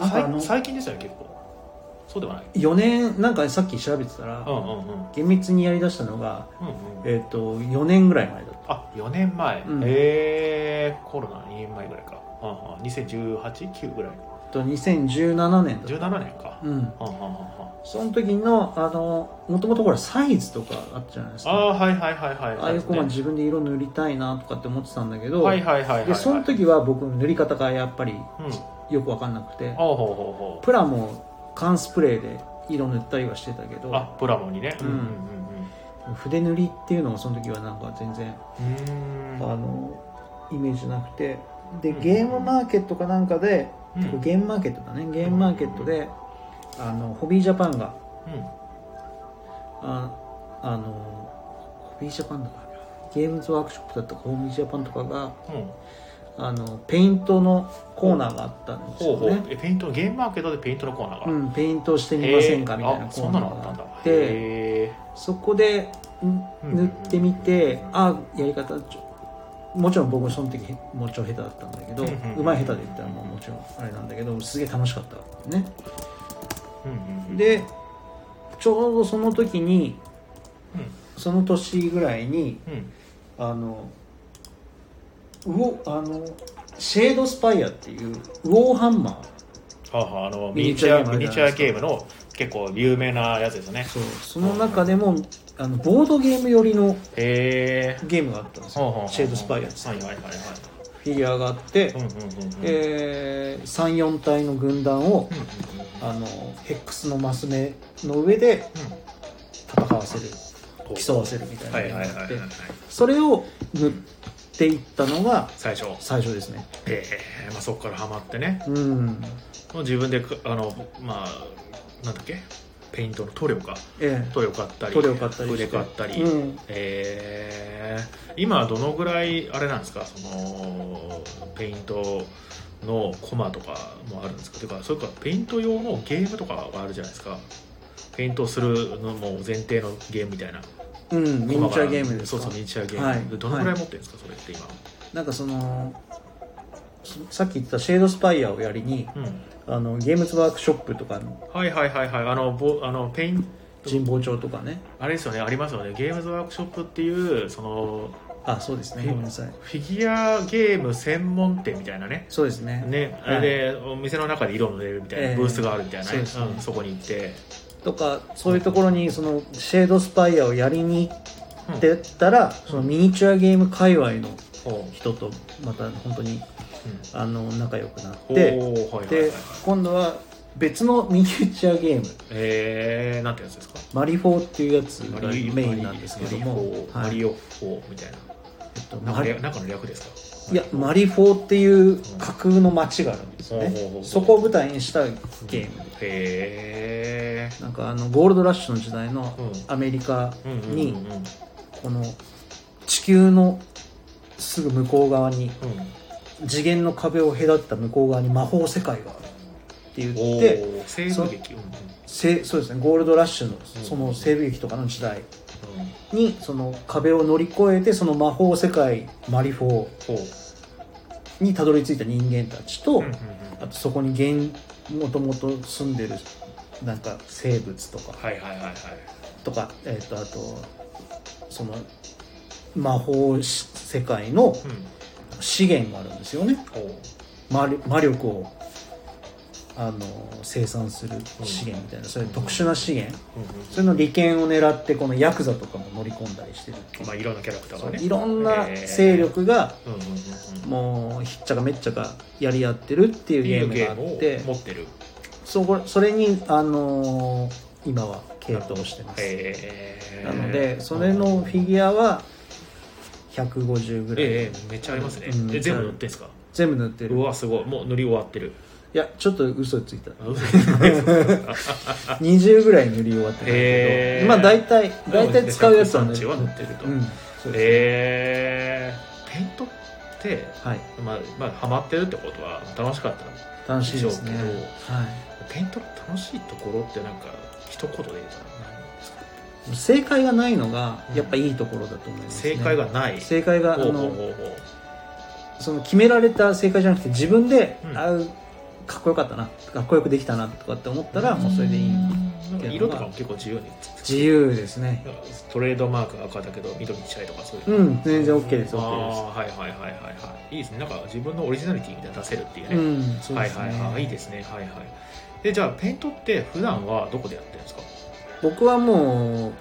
Speaker 2: あ
Speaker 1: さい
Speaker 2: あの
Speaker 1: 最近ですよね結構そうではない
Speaker 2: 4年なんかさっき調べてたら、
Speaker 1: うんうんうん
Speaker 2: 厳密にやりだしたのが、
Speaker 1: うんうん
Speaker 2: えー、と4年ぐらい前だった
Speaker 1: あ4年前、
Speaker 2: うん
Speaker 1: えー、コロナ2年前ぐらいか、うんうん、2018?9 ぐらい
Speaker 2: と2017年だっ
Speaker 1: 17年か
Speaker 2: た、うん、
Speaker 1: うんうんうんうん
Speaker 2: その時のあのもともとほらサイズとかあったじゃないです
Speaker 1: あ
Speaker 2: か
Speaker 1: あーはいはいはいはい
Speaker 2: ああいう子
Speaker 1: は
Speaker 2: は自分で色塗りたいなとかって思ってたんだけど、
Speaker 1: はいはいはいはい
Speaker 2: でその時は僕塗り方がやっぱり
Speaker 1: うん
Speaker 2: よく分かんなくて
Speaker 1: あほうほうほう
Speaker 2: プラも缶スプレーで色塗ったりはしてたけ
Speaker 1: あ
Speaker 2: ど
Speaker 1: プラモにね、
Speaker 2: うん
Speaker 1: うんうん
Speaker 2: 筆塗りっていうのをその時はなんか全然、
Speaker 1: うんうーん
Speaker 2: あのイメージなくてで
Speaker 1: うん
Speaker 2: ゲームマーケットかなんかで、
Speaker 1: うん
Speaker 2: これゲームマーケットだねゲームマーケットで、あのホビージャパンが
Speaker 1: うん
Speaker 2: ああのホビージャパンだからゲームズワークショップだったかホビージャパンとかが
Speaker 1: うん、
Speaker 2: あのペイントのコーナーがあったんです
Speaker 1: ほう
Speaker 2: よ
Speaker 1: ほう、
Speaker 2: ね
Speaker 1: えペイントのゲームマーケットでペイントのコーナーが、
Speaker 2: うん、ペイントしてみませんかみたい
Speaker 1: へー
Speaker 2: な
Speaker 1: あ
Speaker 2: コ
Speaker 1: そ
Speaker 2: ー
Speaker 1: んな
Speaker 2: ナ
Speaker 1: の
Speaker 2: ー
Speaker 1: あ
Speaker 2: が
Speaker 1: ったんだ
Speaker 2: あって
Speaker 1: へ
Speaker 2: そこでん
Speaker 1: うん
Speaker 2: 塗ってみて、
Speaker 1: うん
Speaker 2: あやり方ちょもちろん僕もその時へもちろん下手だったんだけど、
Speaker 1: う
Speaker 2: うん
Speaker 1: うん
Speaker 2: まい下手で言ったらもうもちろんあれなんだけどすげえ楽しかったね
Speaker 1: ーうんうん、
Speaker 2: でちょうどその時に
Speaker 1: う
Speaker 2: その年ぐらいに
Speaker 1: んうん、
Speaker 2: あのウォあのシェードスパイアっていうウォーハンマー
Speaker 1: はあはああのミ
Speaker 2: ミ
Speaker 1: ニ
Speaker 2: ニ
Speaker 1: チ
Speaker 2: チ
Speaker 1: ュ
Speaker 2: ュ
Speaker 1: ア
Speaker 2: ア
Speaker 1: ミニチュアゲームの結構有名なやつですよね
Speaker 2: そうその中でもあのボードゲーム寄りの
Speaker 1: へえ
Speaker 2: ゲームがあったんですよシェードスパイアって
Speaker 1: はいはいはいはい
Speaker 2: フィギュアがあって、
Speaker 1: うんうんうんうん
Speaker 2: えー、34体の軍団を
Speaker 1: うんうん
Speaker 2: あのヘックスのマス目の上で戦わせる
Speaker 1: うん
Speaker 2: 競わせるみたいな
Speaker 1: はいはい
Speaker 2: の
Speaker 1: はい
Speaker 2: が
Speaker 1: は
Speaker 2: あ
Speaker 1: い
Speaker 2: っ
Speaker 1: はい
Speaker 2: てそれを塗っていったのが
Speaker 1: 最初
Speaker 2: 最初ですね
Speaker 1: ええまあ、そこからハマってね
Speaker 2: うん
Speaker 1: もう自分でくあのまあなんだっけペイントの塗料か
Speaker 2: え
Speaker 1: 塗料買ったり
Speaker 2: 塗料買ったりして
Speaker 1: 筆買った
Speaker 2: え
Speaker 1: り、
Speaker 2: うん
Speaker 1: えー今はどのぐらいあれなんですかそのペイントのコマとかもあるんですかていうかそれからペイント用のゲームとかがあるじゃないですかペイントするのも前提のゲームみたいな
Speaker 2: うん、ミニチュアゲームです
Speaker 1: そう
Speaker 2: か
Speaker 1: そうミニチュアゲーム、
Speaker 2: はい
Speaker 1: どのぐらい持ってるんですかそれって今
Speaker 2: なんかそのそさっき言った「シェードスパイア」をやりに
Speaker 1: うん
Speaker 2: あのゲームズワークショップとかの
Speaker 1: はいはいはいはいあのぼあのペイン
Speaker 2: 神保町とかね
Speaker 1: あれですよねありますよねゲームズワークショップっていうその
Speaker 2: あそうですねごめんなさい
Speaker 1: フィギュアゲーム専門店みたいなね
Speaker 2: そうですね
Speaker 1: ね、
Speaker 2: はい
Speaker 1: あれでお店の中で色を塗れるみたいな、
Speaker 2: ええ
Speaker 1: ブースがあるみたいな、ね
Speaker 2: そう
Speaker 1: うん
Speaker 2: ですね
Speaker 1: そこに行って、
Speaker 2: とかそういうところにそのシェードスパイアをやりに
Speaker 1: うん
Speaker 2: 行ってたら、そのミニチュアゲーム界隈の
Speaker 1: おう
Speaker 2: 人とまた本当にあの仲良くなっ
Speaker 1: うん
Speaker 2: て
Speaker 1: おーはいはいはい
Speaker 2: で今度は別のミニチュアゲーム
Speaker 1: えー、なんてやつですか
Speaker 2: マリフォーっていうやつがメインなんですけども
Speaker 1: マ
Speaker 2: はい
Speaker 1: リオフォーみたいな、
Speaker 2: えっと
Speaker 1: なんか
Speaker 2: マリ
Speaker 1: 略なんかの略ですか
Speaker 2: いやマリフォーっていう架空の街があるんです
Speaker 1: ほうほうほ
Speaker 2: ね
Speaker 1: う
Speaker 2: そこを舞台にしたゲーム
Speaker 1: へえ
Speaker 2: なんかあのゴールドラッシュの時代のアメリカ
Speaker 1: うんうん
Speaker 2: に
Speaker 1: うんうん
Speaker 2: この地球のすぐ向こう側に
Speaker 1: う
Speaker 2: 次元の壁を隔てた向こう側に魔法世界があるって言
Speaker 1: ん、
Speaker 2: って
Speaker 1: おー西部劇うんうん
Speaker 2: せそうですねゴールドラッシュの
Speaker 1: うん
Speaker 2: その西部劇とかの時代にその壁を乗り越えてその魔法世界マリフォー
Speaker 1: ほう
Speaker 2: にたどり着いた人間たち
Speaker 1: うん
Speaker 2: と、
Speaker 1: うんうん
Speaker 2: あとそこに現もともと住んでるなんか生物とか
Speaker 1: はいはいはいはい
Speaker 2: とか、えー、とあとその魔法し世界の
Speaker 1: うん
Speaker 2: 資源があるんですよね
Speaker 1: ほう
Speaker 2: 魔力魔力をあの生産する資源みたいな、そういう特殊な資源
Speaker 1: うん
Speaker 2: それの利権を狙ってこのヤクザとかも乗り込んだりしてるって
Speaker 1: うん
Speaker 2: いう
Speaker 1: まあいろんなキャラクター
Speaker 2: そ
Speaker 1: が
Speaker 2: う
Speaker 1: ね
Speaker 2: いろんな勢力が
Speaker 1: うんうんうんうん
Speaker 2: もうひっちゃかめっちゃかやり合ってるっていう
Speaker 1: い
Speaker 2: ゲ
Speaker 1: い
Speaker 2: ーム
Speaker 1: ゲ
Speaker 2: が
Speaker 1: ーム
Speaker 2: あっ
Speaker 1: を
Speaker 2: て
Speaker 1: 持ってる
Speaker 2: そこそれに、あのー今は系統してます
Speaker 1: へえ
Speaker 2: なのでそれのフィギュアは150ぐらい、
Speaker 1: ええめっちゃありますね、
Speaker 2: うん
Speaker 1: で全部塗ってんすか
Speaker 2: 全部塗って
Speaker 1: う
Speaker 2: る
Speaker 1: わすごいもう塗り終わってる
Speaker 2: いやちょっと嘘ついた
Speaker 1: あ嘘ですか
Speaker 2: 20ぐらい塗り終わってたんだけ
Speaker 1: へー
Speaker 2: どまあ大体 大体使うやつは
Speaker 1: 130は塗ってると
Speaker 2: うんそうです
Speaker 1: ええペイントって
Speaker 2: はい
Speaker 1: まあまあハマってるってことは楽しかった
Speaker 2: 楽しいですね
Speaker 1: 以上けど
Speaker 2: は
Speaker 1: ペイントの楽しいところってなんか一言で言うと何ですか
Speaker 2: い正解がないのが
Speaker 1: うん
Speaker 2: やっぱいいところだと思います、ね
Speaker 1: 正解がない
Speaker 2: 正解があ
Speaker 1: ほうほう
Speaker 2: の
Speaker 1: ほうほう
Speaker 2: その決められた正解じゃなくて自分で、
Speaker 1: うん
Speaker 2: あうかっこよかったなかっこよくできたなとかって思ったらもうそれでいい
Speaker 1: なんか色とかも結構自由に
Speaker 2: 自由ですね
Speaker 1: なんかトレードマーク赤だけど緑にしたいとかそういう
Speaker 2: うん全然 OK です
Speaker 1: あ
Speaker 2: OK で
Speaker 1: あはいはいはいはいはいいいですねなんか自分のオリジナリティみたいなの出せるっていう
Speaker 2: す
Speaker 1: ね、
Speaker 2: うんそう
Speaker 1: は
Speaker 2: で
Speaker 1: い
Speaker 2: す
Speaker 1: はいはいあいい
Speaker 2: ね
Speaker 1: ですねはいはいでじゃあペイントって普段はどこでやってるんですか
Speaker 2: 僕はも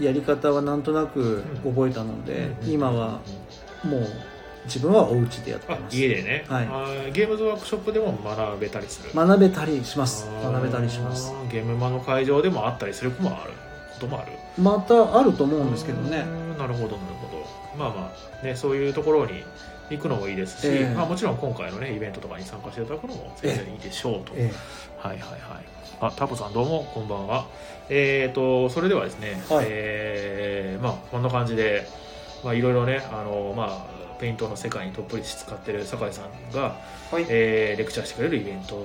Speaker 2: うやり方はなんとなく覚えたので、今はもう自分はお家でやって
Speaker 1: あ
Speaker 2: ます
Speaker 1: 家でね、
Speaker 2: はい
Speaker 1: あーゲームズワークショップでも学べたりする
Speaker 2: 学べたりします
Speaker 1: あー
Speaker 2: 学べたりします
Speaker 1: ゲームマの会場でもあったりすることもあることもある
Speaker 2: またあると思うんですけどね
Speaker 1: うんなるほどなるほどまあまあねそういうところに行くのもいいですし、
Speaker 2: ええ
Speaker 1: まあ、もちろん今回のねイベントとかに参加していただくのも全然いいでしょうと、
Speaker 2: え
Speaker 1: はいはいはいあタコさんどうもこんばんはえーとそれではですね、
Speaker 2: はい
Speaker 1: えーまあこんな感じでまあいろいろねあのまあペイントの世界にどっぷり使ってる酒井さんが、
Speaker 2: えはい
Speaker 1: えーレクチャーしてくれるイベント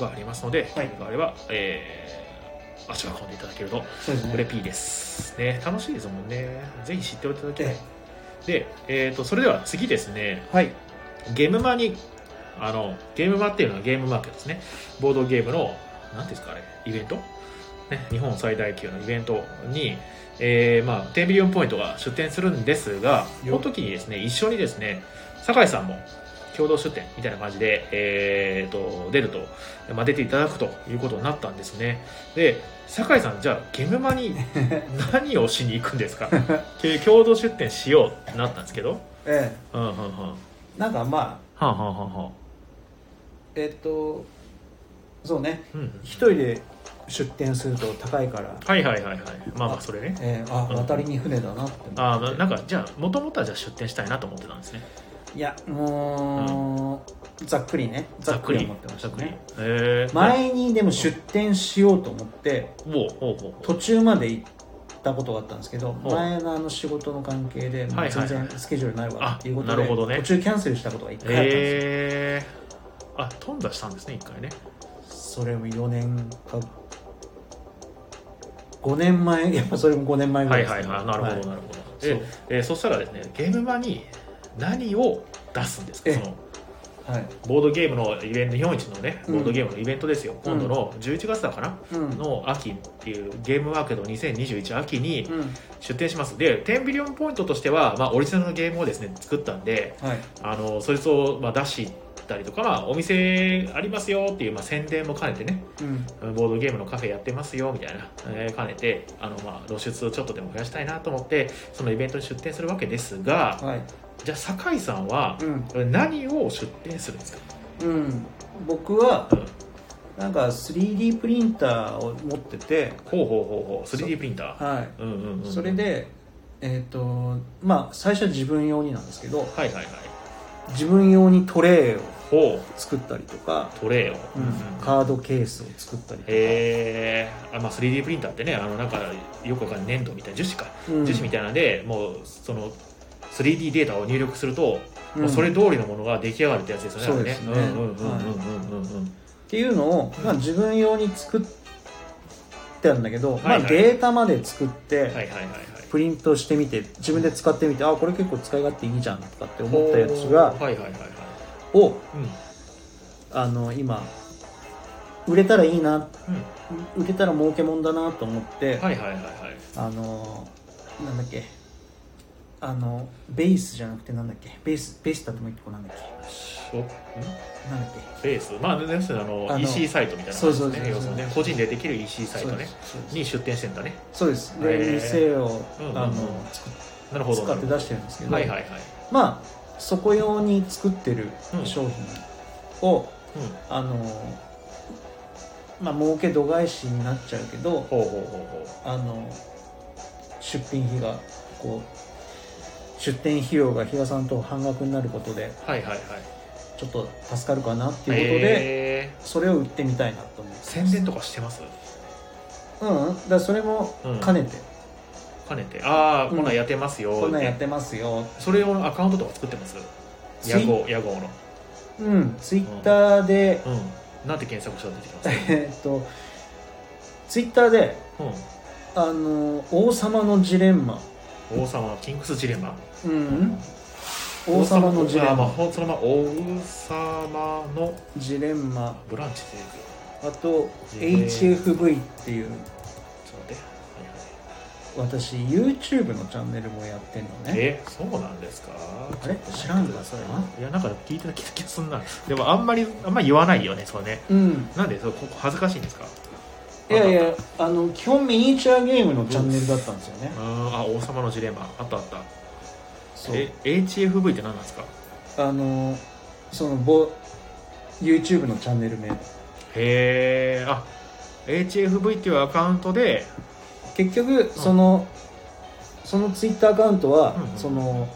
Speaker 1: がありますので、
Speaker 2: はい
Speaker 1: 興味があれば、えー足を運んでいただけると
Speaker 2: そうです
Speaker 1: これ
Speaker 2: ね
Speaker 1: P です。ね、楽しいですもんね。ぜひ知っておいていただきたい
Speaker 2: え。
Speaker 1: で、えー、とそれでは次ですね、
Speaker 2: はい
Speaker 1: ゲームマに、あの、ゲームマっていうのはゲームマーケットですね。ボードゲームの、なんていうんですか、あれ、イベントね、日本最大級のイベントに、えーまあ、テービリオンポイントが出店するんですが、こ
Speaker 2: よ
Speaker 1: の時にですね、一緒にですね、酒井さんも共同出店みたいな感じで、えーと、出ると、まあ、出ていただくということになったんですね。で、酒井さん、じゃあ、ゲームマに何をしに行くんですかけ共同出店しようってなったんですけど、
Speaker 2: え
Speaker 1: うんうんうん。は
Speaker 2: えなんかまあ
Speaker 1: あ、はあはあはあ、
Speaker 2: えっとそうね
Speaker 1: うん
Speaker 2: 一人で出店すると高いから、
Speaker 1: はいはいはいはいまあまあそれね
Speaker 2: ええあ渡りに船だなって思って
Speaker 1: ああななんかじゃあもともとはじゃあ出店したいなと思ってたんですね
Speaker 2: いやもう、ざっくりねざっくり思ってました
Speaker 1: ざっくり
Speaker 2: ね
Speaker 1: へえ
Speaker 2: 前にでも出店しようと思って
Speaker 1: おうおうおう
Speaker 2: 途中まで行ったことがあったんですけど
Speaker 1: お
Speaker 2: 前のあの仕事の関係でも
Speaker 1: は
Speaker 2: う
Speaker 1: いはい
Speaker 2: 全然スケジュールないわっていうこと
Speaker 1: あ
Speaker 2: で、
Speaker 1: なるほどね
Speaker 2: 途中キャンセルしたことが1回あったんですよ、
Speaker 1: へえあ頓挫したんですね一回ね
Speaker 2: それも4年か5年前 やっぱそれも5年前ぐら
Speaker 1: はいい
Speaker 2: です
Speaker 1: はい
Speaker 2: ね
Speaker 1: はいなるほどなるほど、で
Speaker 2: そう
Speaker 1: えーそしたらですねゲーム場に何を出すんですか
Speaker 2: え
Speaker 1: その
Speaker 2: はい
Speaker 1: ボードゲームのイベント日本一のねボードゲームのイベントですよ、
Speaker 2: うん
Speaker 1: 今度の11月だかな、
Speaker 2: うん
Speaker 1: の秋っていうゲームマーケット2021秋に
Speaker 2: うん
Speaker 1: 出店しますで10ビリオンポイントとしては、まあ、オリジナルのゲームをですね作ったんで
Speaker 2: はい
Speaker 1: あのそれを、まあ、出したりとか、まあ、お店ありますよっていう、まあ、宣伝も兼ねてね
Speaker 2: うん
Speaker 1: ボードゲームのカフェやってますよみたいな、えー兼ねてあの、まあ、露出をちょっとでも増やしたいなと思ってそのイベントに出店するわけですが
Speaker 2: はい
Speaker 1: じゃあ酒井さんは
Speaker 2: うん
Speaker 1: 何を出店するんですか、
Speaker 2: うん僕は
Speaker 1: うん、ほ
Speaker 2: なんか 3D プリンターを持ってて
Speaker 1: うほうほうほう 3D プリンター
Speaker 2: はい
Speaker 1: うんうんうん
Speaker 2: それでえっ、とまあ最初は自分用になんですけど
Speaker 1: はいはいはい
Speaker 2: 自分用にトレイを
Speaker 1: ほ
Speaker 2: 作ったりとか、
Speaker 1: うトレーを、
Speaker 2: うん
Speaker 1: うん
Speaker 2: カードケースを作ったりとか、
Speaker 1: へーあまあ、3D プリンターってねあのなんかよくわかんない粘土みたいな樹脂か、
Speaker 2: うん
Speaker 1: 樹脂みたいなんでもうその 3D データを入力すると、
Speaker 2: うん
Speaker 1: もうそれ通りのものが出来上がるってやつですよね
Speaker 2: そうですね
Speaker 1: あれねうんうんうんうんうんうん
Speaker 2: っていうのを、まあ、自分用に作ってあるんだけど、
Speaker 1: はいはい
Speaker 2: まあ、データまで作って、
Speaker 1: はいはいはいはい
Speaker 2: プリントしてみて自分で使ってみてあこれ結構使い勝手いいじゃんとかって思ったやつが
Speaker 1: はいはいはいはい
Speaker 2: を
Speaker 1: うん
Speaker 2: あの今売れたらいいな
Speaker 1: う
Speaker 2: 売れたら儲けもんだなと思って、
Speaker 1: んはいはいはいはい
Speaker 2: あのなんだっけあのベースじゃなくてなんだっけベースベースだともう一個なんだっけ
Speaker 1: おん
Speaker 2: なんだっけ
Speaker 1: ベースまあ要するにあの
Speaker 2: あの
Speaker 1: EC サイトみたいな感じですね
Speaker 2: そうそうそうそう
Speaker 1: 要するにね個人でできる EC サイト
Speaker 2: そうで
Speaker 1: ね
Speaker 2: すそうです
Speaker 1: に出店してんだね
Speaker 2: そうです
Speaker 1: へ
Speaker 2: で
Speaker 1: ー
Speaker 2: 店を
Speaker 1: うんうんうん
Speaker 2: あの
Speaker 1: なるほど
Speaker 2: 使
Speaker 1: な
Speaker 2: っ
Speaker 1: る
Speaker 2: て
Speaker 1: ほど
Speaker 2: 出してるんですけど、
Speaker 1: はいはいはい
Speaker 2: まあそこ用に作ってる
Speaker 1: うん
Speaker 2: 商品を、
Speaker 1: うん
Speaker 2: あのまあ儲け度外視になっちゃうけど
Speaker 1: ほうほうほうほう
Speaker 2: あの出品費がこう出店費用が比嘉さんと半額になることで
Speaker 1: はいはいはい
Speaker 2: ちょっと助かるかなっていうことで、
Speaker 1: え
Speaker 2: それを売ってみたいなと思う
Speaker 1: ー宣伝とかしてます
Speaker 2: うんうんだからそれも
Speaker 1: うん
Speaker 2: 兼ねて、
Speaker 1: かねてああ
Speaker 2: うん
Speaker 1: こんなんやってますよ
Speaker 2: こんなんやってますよ
Speaker 1: それをアカウントとか作ってます
Speaker 2: ツイ
Speaker 1: 野号野号の
Speaker 2: うんツイッターで、
Speaker 1: うんなんて検索したら出てきます
Speaker 2: えっとツイッターであの「王様のジレンマ
Speaker 1: うん王様キングスジレンマ」
Speaker 2: うんうん王様のジレ
Speaker 1: あ
Speaker 2: ン
Speaker 1: まあ
Speaker 2: マ
Speaker 1: ほそのまま王様の
Speaker 2: ジレンマ
Speaker 1: ブランチでち
Speaker 2: あと
Speaker 1: ジレンマ
Speaker 2: HFV っていう
Speaker 1: ょっと待って
Speaker 2: 私 YouTube のチャンネルもやってんのね
Speaker 1: えそうなんですか
Speaker 2: あれ知らんかそれはい
Speaker 1: やなんか聞いてた気がすんなでもあんまりあんまり言わないよねそうね
Speaker 2: うん
Speaker 1: なんでそうここ恥ずかしいんですか
Speaker 2: いやいやあの基本ミニチュアゲームのチャンネルだったんですよね、
Speaker 1: うんあ王様のジレンマあったあった
Speaker 2: そう
Speaker 1: え HFV って何なんですか
Speaker 2: あのそのぼ YouTube のチャンネル名
Speaker 1: へえあ HFV っていうアカウントで
Speaker 2: 結局その、そのツイッターアカウントは、
Speaker 1: うんうん
Speaker 2: その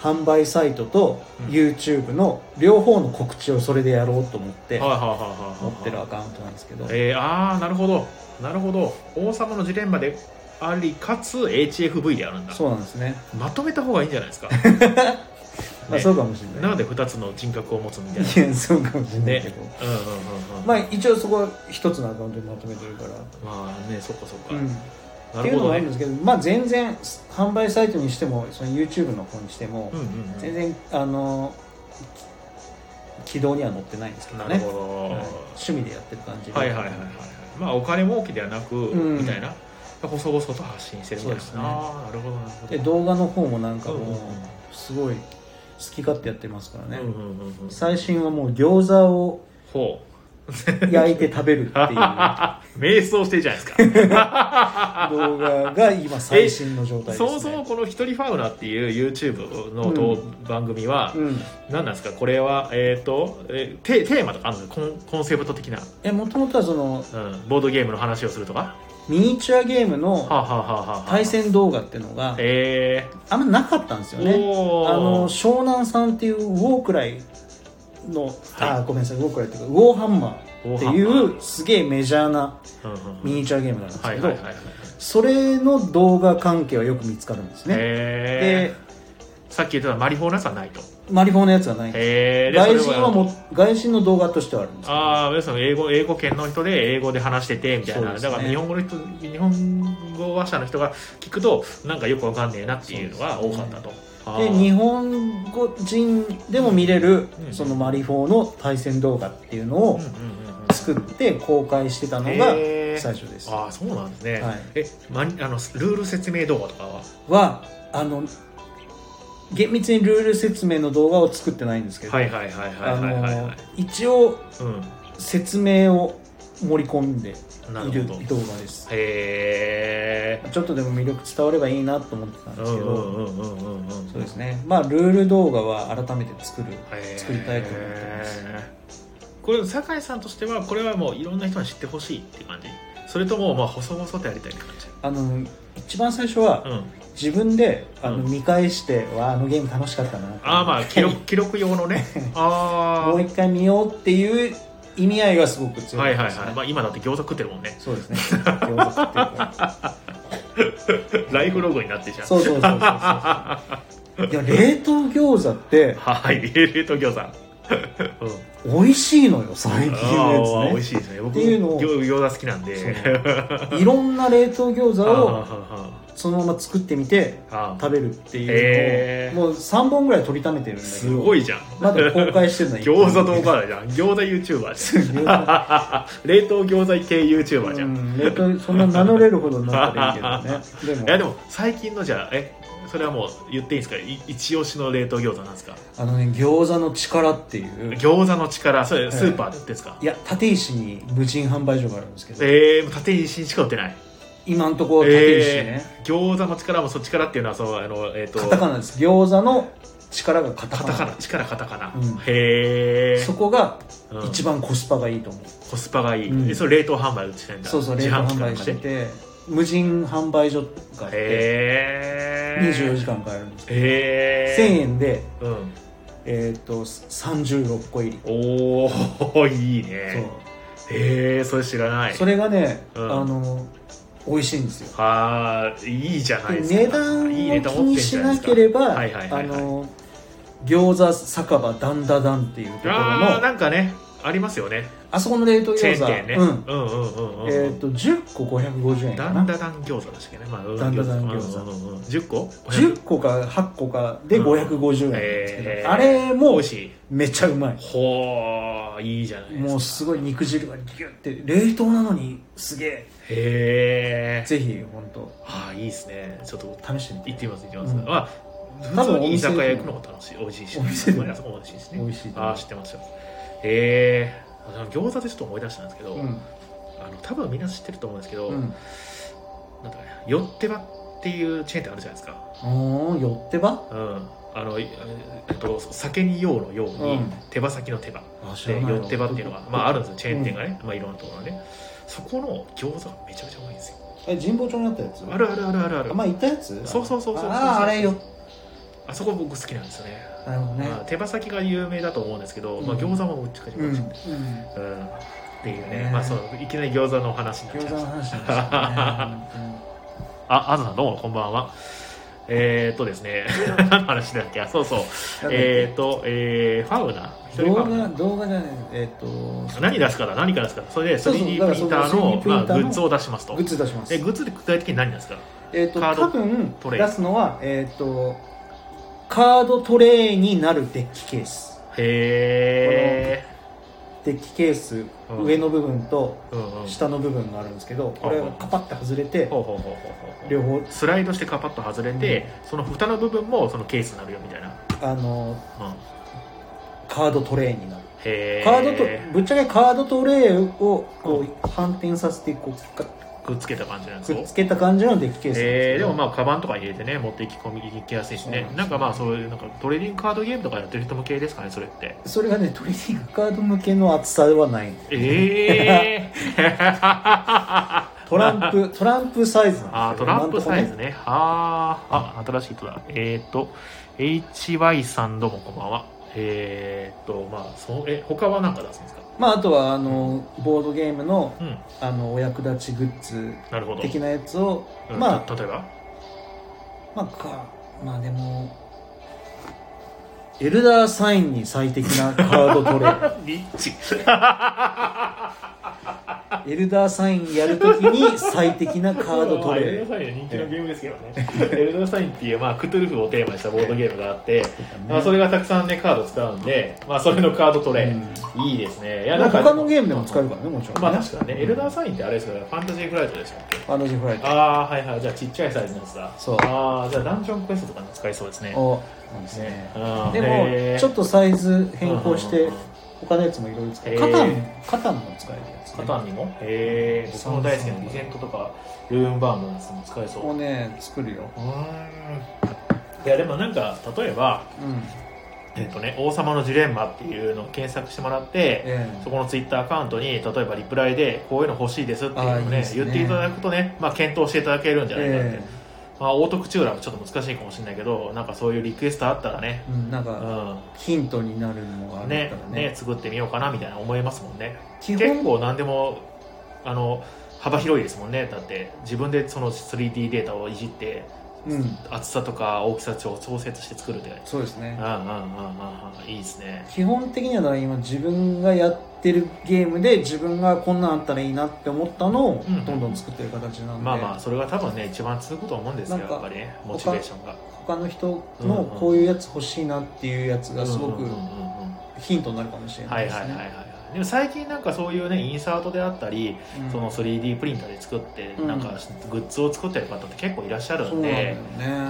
Speaker 2: 販売サイトと
Speaker 1: うん
Speaker 2: YouTube の両方の告知をそれでやろうと思っ
Speaker 1: は
Speaker 2: て
Speaker 1: いはいはいはい
Speaker 2: 持ってる
Speaker 1: は
Speaker 2: ア
Speaker 1: い
Speaker 2: カウントなんですけど、
Speaker 1: えー、ああなるほどなるほど王様のジレンマでありかつ HFV であるんだ
Speaker 2: そうなんですね、
Speaker 1: まとめた方がいいんじゃない ですか、
Speaker 2: まあ、
Speaker 1: ね
Speaker 2: そうかもしれな
Speaker 1: ないので2つの人格を持つみたいない
Speaker 2: やそうかもしれないけ
Speaker 1: ね
Speaker 2: ど、
Speaker 1: うんうんうんうん
Speaker 2: まあ一応そこは一つのアカウントにまとめてるから、
Speaker 1: まあねそっかそっか、
Speaker 2: うん、っ
Speaker 1: な
Speaker 2: てい
Speaker 1: る
Speaker 2: う
Speaker 1: ほ
Speaker 2: の
Speaker 1: ど
Speaker 2: はあ
Speaker 1: ね
Speaker 2: るんですけど、まあ、全然販売サイトにしてもその YouTube の方にしても、
Speaker 1: うんうんうん
Speaker 2: 全然あのき軌道には乗ってないんですけど
Speaker 1: な
Speaker 2: ね
Speaker 1: るほど、
Speaker 2: はい趣味でやってる感じで
Speaker 1: はいはいはいはいはいまあお金儲けではなく、
Speaker 2: うん
Speaker 1: みたいな細々と発信してるみたいな、
Speaker 2: そうですね
Speaker 1: ああなるほどなるほど
Speaker 2: で動画の方もなんか
Speaker 1: うんうん
Speaker 2: もうすごい好き勝手やってますからね、
Speaker 1: うんうんうんうん
Speaker 2: 最新はもう餃子を
Speaker 1: ほう
Speaker 2: 焼いて食べる っていう
Speaker 1: 瞑想してるじゃないです
Speaker 2: 動画が今最新の状態で
Speaker 1: か
Speaker 2: す、ね、
Speaker 1: そもそもこの「ひとりファウナ」っていう YouTube の動番組は、
Speaker 2: うん
Speaker 1: 何なんですかこれはえっ、と、えーテテーマとかあるんですかコンコンセプト的な、
Speaker 2: えもともとはその
Speaker 1: うん、ボードゲームの話をするとか
Speaker 2: ミニチュアゲームの
Speaker 1: はあ、はあはあはあ、
Speaker 2: 対戦動画っていうのが
Speaker 1: え
Speaker 2: あんまなかったんです
Speaker 1: ー、
Speaker 2: よね
Speaker 1: おー
Speaker 2: あの湘南さんっていうウォークライの、
Speaker 1: はい
Speaker 2: あごめんなさいウォークライっていうかウォーハンマーってい
Speaker 1: ウォーハンマ
Speaker 2: うすげえメジャーな
Speaker 1: うんうんうん
Speaker 2: ミニチュアゲームなんです
Speaker 1: は
Speaker 2: け
Speaker 1: い
Speaker 2: ど、
Speaker 1: はいはいはい
Speaker 2: それの動画関係はよく見つかるんですね、
Speaker 1: えー、さっき言ってたマリフォーナスはないと
Speaker 2: マリフォーのやつはないです
Speaker 1: へえで
Speaker 2: 外人は
Speaker 1: それ
Speaker 2: もう外人の動画としてはあるんですけど
Speaker 1: ああ要するに英語英語圏の人で英語で話しててみたい
Speaker 2: そう
Speaker 1: な、
Speaker 2: です
Speaker 1: だ
Speaker 2: ね
Speaker 1: から日本語の人日本語話者の人が聞くとなんかよくわかんねえなっていうのが多かったと、あ
Speaker 2: で
Speaker 1: ー
Speaker 2: 日本語人でも見れる、
Speaker 1: うん
Speaker 2: そのマリフォーの対戦動画っていうのを
Speaker 1: うんうんうんうん
Speaker 2: 作って公開してたのが
Speaker 1: へー
Speaker 2: 最初です、
Speaker 1: ああそうなんですね、
Speaker 2: はい
Speaker 1: えマニあのルール説明動画とかは
Speaker 2: はあの厳密にルール説明の動画を作ってないんですけど、
Speaker 1: はいはいはいはい
Speaker 2: あ
Speaker 1: はい
Speaker 2: の
Speaker 1: はいはい
Speaker 2: 一応
Speaker 1: う
Speaker 2: 説明を盛り込んで
Speaker 1: んないる
Speaker 2: る
Speaker 1: ほど
Speaker 2: 動画です
Speaker 1: へえ
Speaker 2: ちょっとでも魅力伝わればいいなと思ってたん
Speaker 1: う
Speaker 2: で
Speaker 1: ん
Speaker 2: すけど、
Speaker 1: うんうんうんうんうん
Speaker 2: そうですねまあルール動画は改めて作る作りたいと思ってます
Speaker 1: これ酒井さんとしてはこれはもういろんな人に知ってほしいって感じそれともまあ細々とやりたいって感じ
Speaker 2: あの一番最初は、
Speaker 1: うん
Speaker 2: 自分であの
Speaker 1: うん
Speaker 2: 見返して、わああのゲーム楽しかったなって
Speaker 1: ああまあ記 録記録用のねああ
Speaker 2: も
Speaker 1: は
Speaker 2: う
Speaker 1: い
Speaker 2: 一回見ようっていう意味合いがすごく強
Speaker 1: はいい
Speaker 2: です、ね
Speaker 1: はいまあ今だって餃子食ってるもんね
Speaker 2: そうですね餃子っていうか
Speaker 1: ライフログになってじゃん
Speaker 2: そうそうそうそうそういや冷凍餃子って
Speaker 1: はい冷凍餃子うん
Speaker 2: 美味しいのよ最近
Speaker 1: あ
Speaker 2: の
Speaker 1: あ
Speaker 2: やつ
Speaker 1: 美
Speaker 2: ね
Speaker 1: 味しいですね僕
Speaker 2: っていうのを
Speaker 1: 餃餃子好きなんで
Speaker 2: いろんな冷凍餃子
Speaker 1: ああ
Speaker 2: をそのまま作ってみて
Speaker 1: あああ
Speaker 2: 食べるっていうのを、
Speaker 1: へー
Speaker 2: もう3本ぐらい取りためてるんだけど
Speaker 1: すご
Speaker 2: い
Speaker 1: いじゃん
Speaker 2: まだ公開してない
Speaker 1: 餃子動画だじゃん餃子 YouTuber じ
Speaker 2: 餃
Speaker 1: ゃん 冷凍餃子系
Speaker 2: 子
Speaker 1: YouTuber じゃ
Speaker 2: う
Speaker 1: ん、い
Speaker 2: ん冷凍そんな名乗れるほどになったらいいけ どねでも
Speaker 1: やでも最近のじゃあえそれはもう言っていいんですかい一押しの冷凍餃子なんですか
Speaker 2: あのね餃子の力っていう
Speaker 1: 餃子の力それ
Speaker 2: い
Speaker 1: スーパーで売ってんですか、
Speaker 2: いや立石に無人販売所があるんですけど
Speaker 1: えー、縦石しか売ってない
Speaker 2: 今のところ立石
Speaker 1: え
Speaker 2: ね、
Speaker 1: ー、餃子の力もそっちからっていうのはそのあのえっ、と
Speaker 2: カタカナです餃子の力がカタ
Speaker 1: カ
Speaker 2: カナ
Speaker 1: タカナ力カタカナ、
Speaker 2: うん
Speaker 1: へえ
Speaker 2: そこが
Speaker 1: うん
Speaker 2: 一番コスパがいいと思う、
Speaker 1: コスパがいい、
Speaker 2: うん
Speaker 1: でそれ冷凍販売うちてんだ
Speaker 2: そうそう冷
Speaker 1: 自
Speaker 2: 凍
Speaker 1: 販
Speaker 2: 販
Speaker 1: 機かな
Speaker 2: 売
Speaker 1: んか
Speaker 2: して
Speaker 1: で
Speaker 2: て無人販売所があって
Speaker 1: へえ
Speaker 2: 24時間買えるんですけど
Speaker 1: へ
Speaker 2: 1000
Speaker 1: え
Speaker 2: 円で、
Speaker 1: うん
Speaker 2: えー、と36個入り
Speaker 1: おおいい
Speaker 2: そう
Speaker 1: ねへえそれ知らない
Speaker 2: それがね、
Speaker 1: うん
Speaker 2: あの美味しいんですよ
Speaker 1: はーいいじゃないですか
Speaker 2: 値段を
Speaker 1: いいネ
Speaker 2: 気
Speaker 1: タ持ってん
Speaker 2: に
Speaker 1: じ
Speaker 2: し
Speaker 1: ゃないで
Speaker 2: な
Speaker 1: すか
Speaker 2: ければ
Speaker 1: はいはい
Speaker 2: あ
Speaker 1: はい、はい、
Speaker 2: の餃子酒場ダンダダンっていうところの
Speaker 1: あー
Speaker 2: あ
Speaker 1: なんかねありますよね
Speaker 2: そこの冷凍
Speaker 1: チェーン
Speaker 2: 餃子、
Speaker 1: 店ね、
Speaker 2: うん
Speaker 1: うんうんうんうん、
Speaker 2: えっ、と10個550円
Speaker 1: だ
Speaker 2: か
Speaker 1: ん
Speaker 2: な
Speaker 1: だだん餃子だしけね、まあ、うん
Speaker 2: だんだだん餃
Speaker 1: う
Speaker 2: 子
Speaker 1: んうんうんうん10個
Speaker 2: 10個か8個かで
Speaker 1: うん
Speaker 2: 550円なんですけど、
Speaker 1: え
Speaker 2: あれ
Speaker 1: 美
Speaker 2: も
Speaker 1: 味しい
Speaker 2: めっちゃうまい
Speaker 1: ほーいいじゃないですか
Speaker 2: もうすごい肉汁がギュッて冷凍なのにすげえ
Speaker 1: へえ
Speaker 2: ぜひ本当
Speaker 1: ああいいですねちょっと
Speaker 2: 試してみて
Speaker 1: 行ってみます行ってみます、
Speaker 2: うん
Speaker 1: まあ
Speaker 2: 多
Speaker 1: 普
Speaker 2: 分
Speaker 1: 通
Speaker 2: お店でも
Speaker 1: に居酒屋行くのも楽しい美味しいし
Speaker 2: お店でも
Speaker 1: まあそこも美味しいしね
Speaker 2: 美味しいと思う
Speaker 1: ああ知ってますよへえあの餃子でちょっと思い出したんですけど、
Speaker 2: う
Speaker 1: あ
Speaker 2: ん
Speaker 1: の多分みんな知ってると思うんですけど、
Speaker 2: う
Speaker 1: なん
Speaker 2: ん
Speaker 1: だかねよってばっていうチェーン店あるじゃないですか
Speaker 2: おーよってば
Speaker 1: うんあのいえっと酒に用の用に、
Speaker 2: うん
Speaker 1: 手羽先の手羽
Speaker 2: あ知
Speaker 1: でよってばっていうのは、まあ、あるんですよチェーン店が
Speaker 2: ね、
Speaker 1: ね、まあ、いろんなところねそこの餃子がめちゃめちゃうまいんですよ
Speaker 2: うんえ神保町にあったやつ
Speaker 1: あるあるあるあるある
Speaker 2: あまあ行ったやつ
Speaker 1: そうそうそうそう
Speaker 2: あああれよ
Speaker 1: あそこ僕好きなんですよね
Speaker 2: なるほどね
Speaker 1: まあ手羽先が有名だと思うんですけど、まあ、
Speaker 2: うん
Speaker 1: 餃子もうちかし
Speaker 2: うん、う
Speaker 1: う
Speaker 2: ん、
Speaker 1: ん、っていうね
Speaker 2: ね、
Speaker 1: まあ、そういきなり餃子のお話になっち
Speaker 2: 餃
Speaker 1: ゃい
Speaker 2: 子
Speaker 1: ま
Speaker 2: の
Speaker 1: した
Speaker 2: 話なんですよね本
Speaker 1: ああずさんどうもこんばんはえー、っとですね 何の話だっけあそうそう
Speaker 2: 当に
Speaker 1: えー、っと、えー、ファウナ一人
Speaker 2: 動
Speaker 1: ファウナ
Speaker 2: 画動画じゃないえっ、と
Speaker 1: 何出すかだ何から出すかそれで
Speaker 2: そうそう
Speaker 1: 3D プリンターの
Speaker 2: だからその 3D プリンターの
Speaker 1: まあ、グッズを出しますと
Speaker 2: グッズ出します
Speaker 1: えグッズで具体的に何出すか
Speaker 2: えっ、と
Speaker 1: カード
Speaker 2: 多分
Speaker 1: トレイ
Speaker 2: 出すのはえっ、とカードトレイになるデッキケース
Speaker 1: へえ
Speaker 2: デッキケース、
Speaker 1: うん
Speaker 2: 上の部分と
Speaker 1: うんうん
Speaker 2: 下の部分があるんですけど、これがカパッて外れて、
Speaker 1: ほうほうほうほうほう
Speaker 2: 両方
Speaker 1: スライドしてカパッと外れて、その蓋の部分もそのケースになるよみたいな、
Speaker 2: あの
Speaker 1: うん、
Speaker 2: カードトレイになる
Speaker 1: へえ
Speaker 2: カードとぶっちゃけカードトレイをこう反転させてこうガッ
Speaker 1: くっつけた感じなんです
Speaker 2: く
Speaker 1: よ
Speaker 2: っつけた感じのデッキケースなんす
Speaker 1: えー、
Speaker 2: け
Speaker 1: で
Speaker 2: ど
Speaker 1: もまあカバンとか入れてね持っていき込み行きやすいし
Speaker 2: そうなん
Speaker 1: ね
Speaker 2: ですよ
Speaker 1: なんかまあそういうなんかトレーディングカードゲームとかやってる人向けですかねそれ って
Speaker 2: それがねトレーディングカード向けの厚さはない
Speaker 1: ええ ー、
Speaker 2: トランプトランプサイズなんですよ
Speaker 1: あートランプサイズ
Speaker 2: 今んとこね
Speaker 1: ねあーあ新しい人だえっ、ー、と HY さんどうもこんばんはえっ、ー、とまあそうえ他は何か出すんですか
Speaker 2: まああとはあのボードゲームの
Speaker 1: うん
Speaker 2: あのお役立ちグッズ
Speaker 1: なるほど、
Speaker 2: 的なやつを
Speaker 1: うん
Speaker 2: まあ
Speaker 1: た例えば
Speaker 2: まあかまあでもエルダーサインに最適なカードトレード
Speaker 1: リッチ。
Speaker 2: エルダーサインやるときに最適なカードト
Speaker 1: エル
Speaker 2: レ
Speaker 1: ダー
Speaker 2: ー
Speaker 1: サインは人気のゲームですけどね。エルダーサインっていう、まあ、クトゥルフをテーマにしたボードゲームがあって、まあ、それがたくさんね、カード使うんで、まあ、それのカードトレー。いいですね。いや、
Speaker 2: ド
Speaker 1: なんか、
Speaker 2: 他のゲームでも使えるからねもちろんね
Speaker 1: まあ、確かにね、エルダーサインってあれですよね、ファンタジーフライトでしたっけ
Speaker 2: ファンタジーフライト
Speaker 1: ああ、はいはい。じゃあ、ちっちゃいサイズのやつだ。
Speaker 2: そう
Speaker 1: ああ、じゃあ、ダンジョンクエストとかに使えそうですね。
Speaker 2: おなんですね
Speaker 1: うん
Speaker 2: で
Speaker 1: へ
Speaker 2: も
Speaker 1: ー
Speaker 2: ちょっとサイズ変更し
Speaker 1: うん
Speaker 2: て
Speaker 1: うんうん
Speaker 2: 他のやつもいろいろ使え
Speaker 1: へー
Speaker 2: るカタンカタンも使えるやつ、ね、
Speaker 1: カタンにもへえ僕の大好きなリゼントとかルーンバームのやつも使えそう
Speaker 2: を
Speaker 1: う
Speaker 2: ね作るよ
Speaker 1: ーんいやでもなんか例えば
Speaker 2: う
Speaker 1: 「
Speaker 2: ん
Speaker 1: えっとね、王様のジレンマ」っていうのを検索してもらって
Speaker 2: え
Speaker 1: そこのツイッターアカウントに例えばリプライでこういうの欲しいですっていうのを
Speaker 2: あーいい
Speaker 1: ね
Speaker 2: ですね
Speaker 1: 言っていただくとね、まあ、検討していただけるんじゃないかって、
Speaker 2: え
Speaker 1: まあ、オートクチューラーもちょっと難しいかもしれないけどなんかそういうリクエストあったらね
Speaker 2: えうんなん
Speaker 1: う
Speaker 2: か
Speaker 1: ん
Speaker 2: ヒントになるのがある
Speaker 1: ね
Speaker 2: から
Speaker 1: ね
Speaker 2: ね
Speaker 1: 作ってみようかなみたいな思いますもんね
Speaker 2: 基
Speaker 1: 結
Speaker 2: 本
Speaker 1: 構何でもあの幅広いですもんねだって自分でその 3D データをいじって
Speaker 2: うん
Speaker 1: 厚さとか大きさを調節して作るって
Speaker 2: そうです
Speaker 1: うん
Speaker 2: ね
Speaker 1: うんうんうんうんいいですね
Speaker 2: 基本的にはだから今自分がやってるゲームで自分がこんなんあったらいいなって思ったのを
Speaker 1: うん
Speaker 2: どんどん作ってる形なんで、
Speaker 1: まあまあそれが多分ね一番続くと思うんですよ
Speaker 2: なんか
Speaker 1: やっぱりねモチベーションが
Speaker 2: 他の人のこういうやつ欲しいなっていうやつがすご
Speaker 1: う
Speaker 2: く
Speaker 1: んうんうんうん
Speaker 2: ヒントになるかもしれな
Speaker 1: はいい
Speaker 2: です
Speaker 1: はいはいはい
Speaker 2: ね
Speaker 1: はいでも最近なんかそういうねインサートであったり、
Speaker 2: うん
Speaker 1: その 3D プリンターで作って
Speaker 2: うん
Speaker 1: なんかグッズを作ってる方って結構いらっしゃる
Speaker 2: そ
Speaker 1: ん
Speaker 2: うなんだ
Speaker 1: で
Speaker 2: よ、ね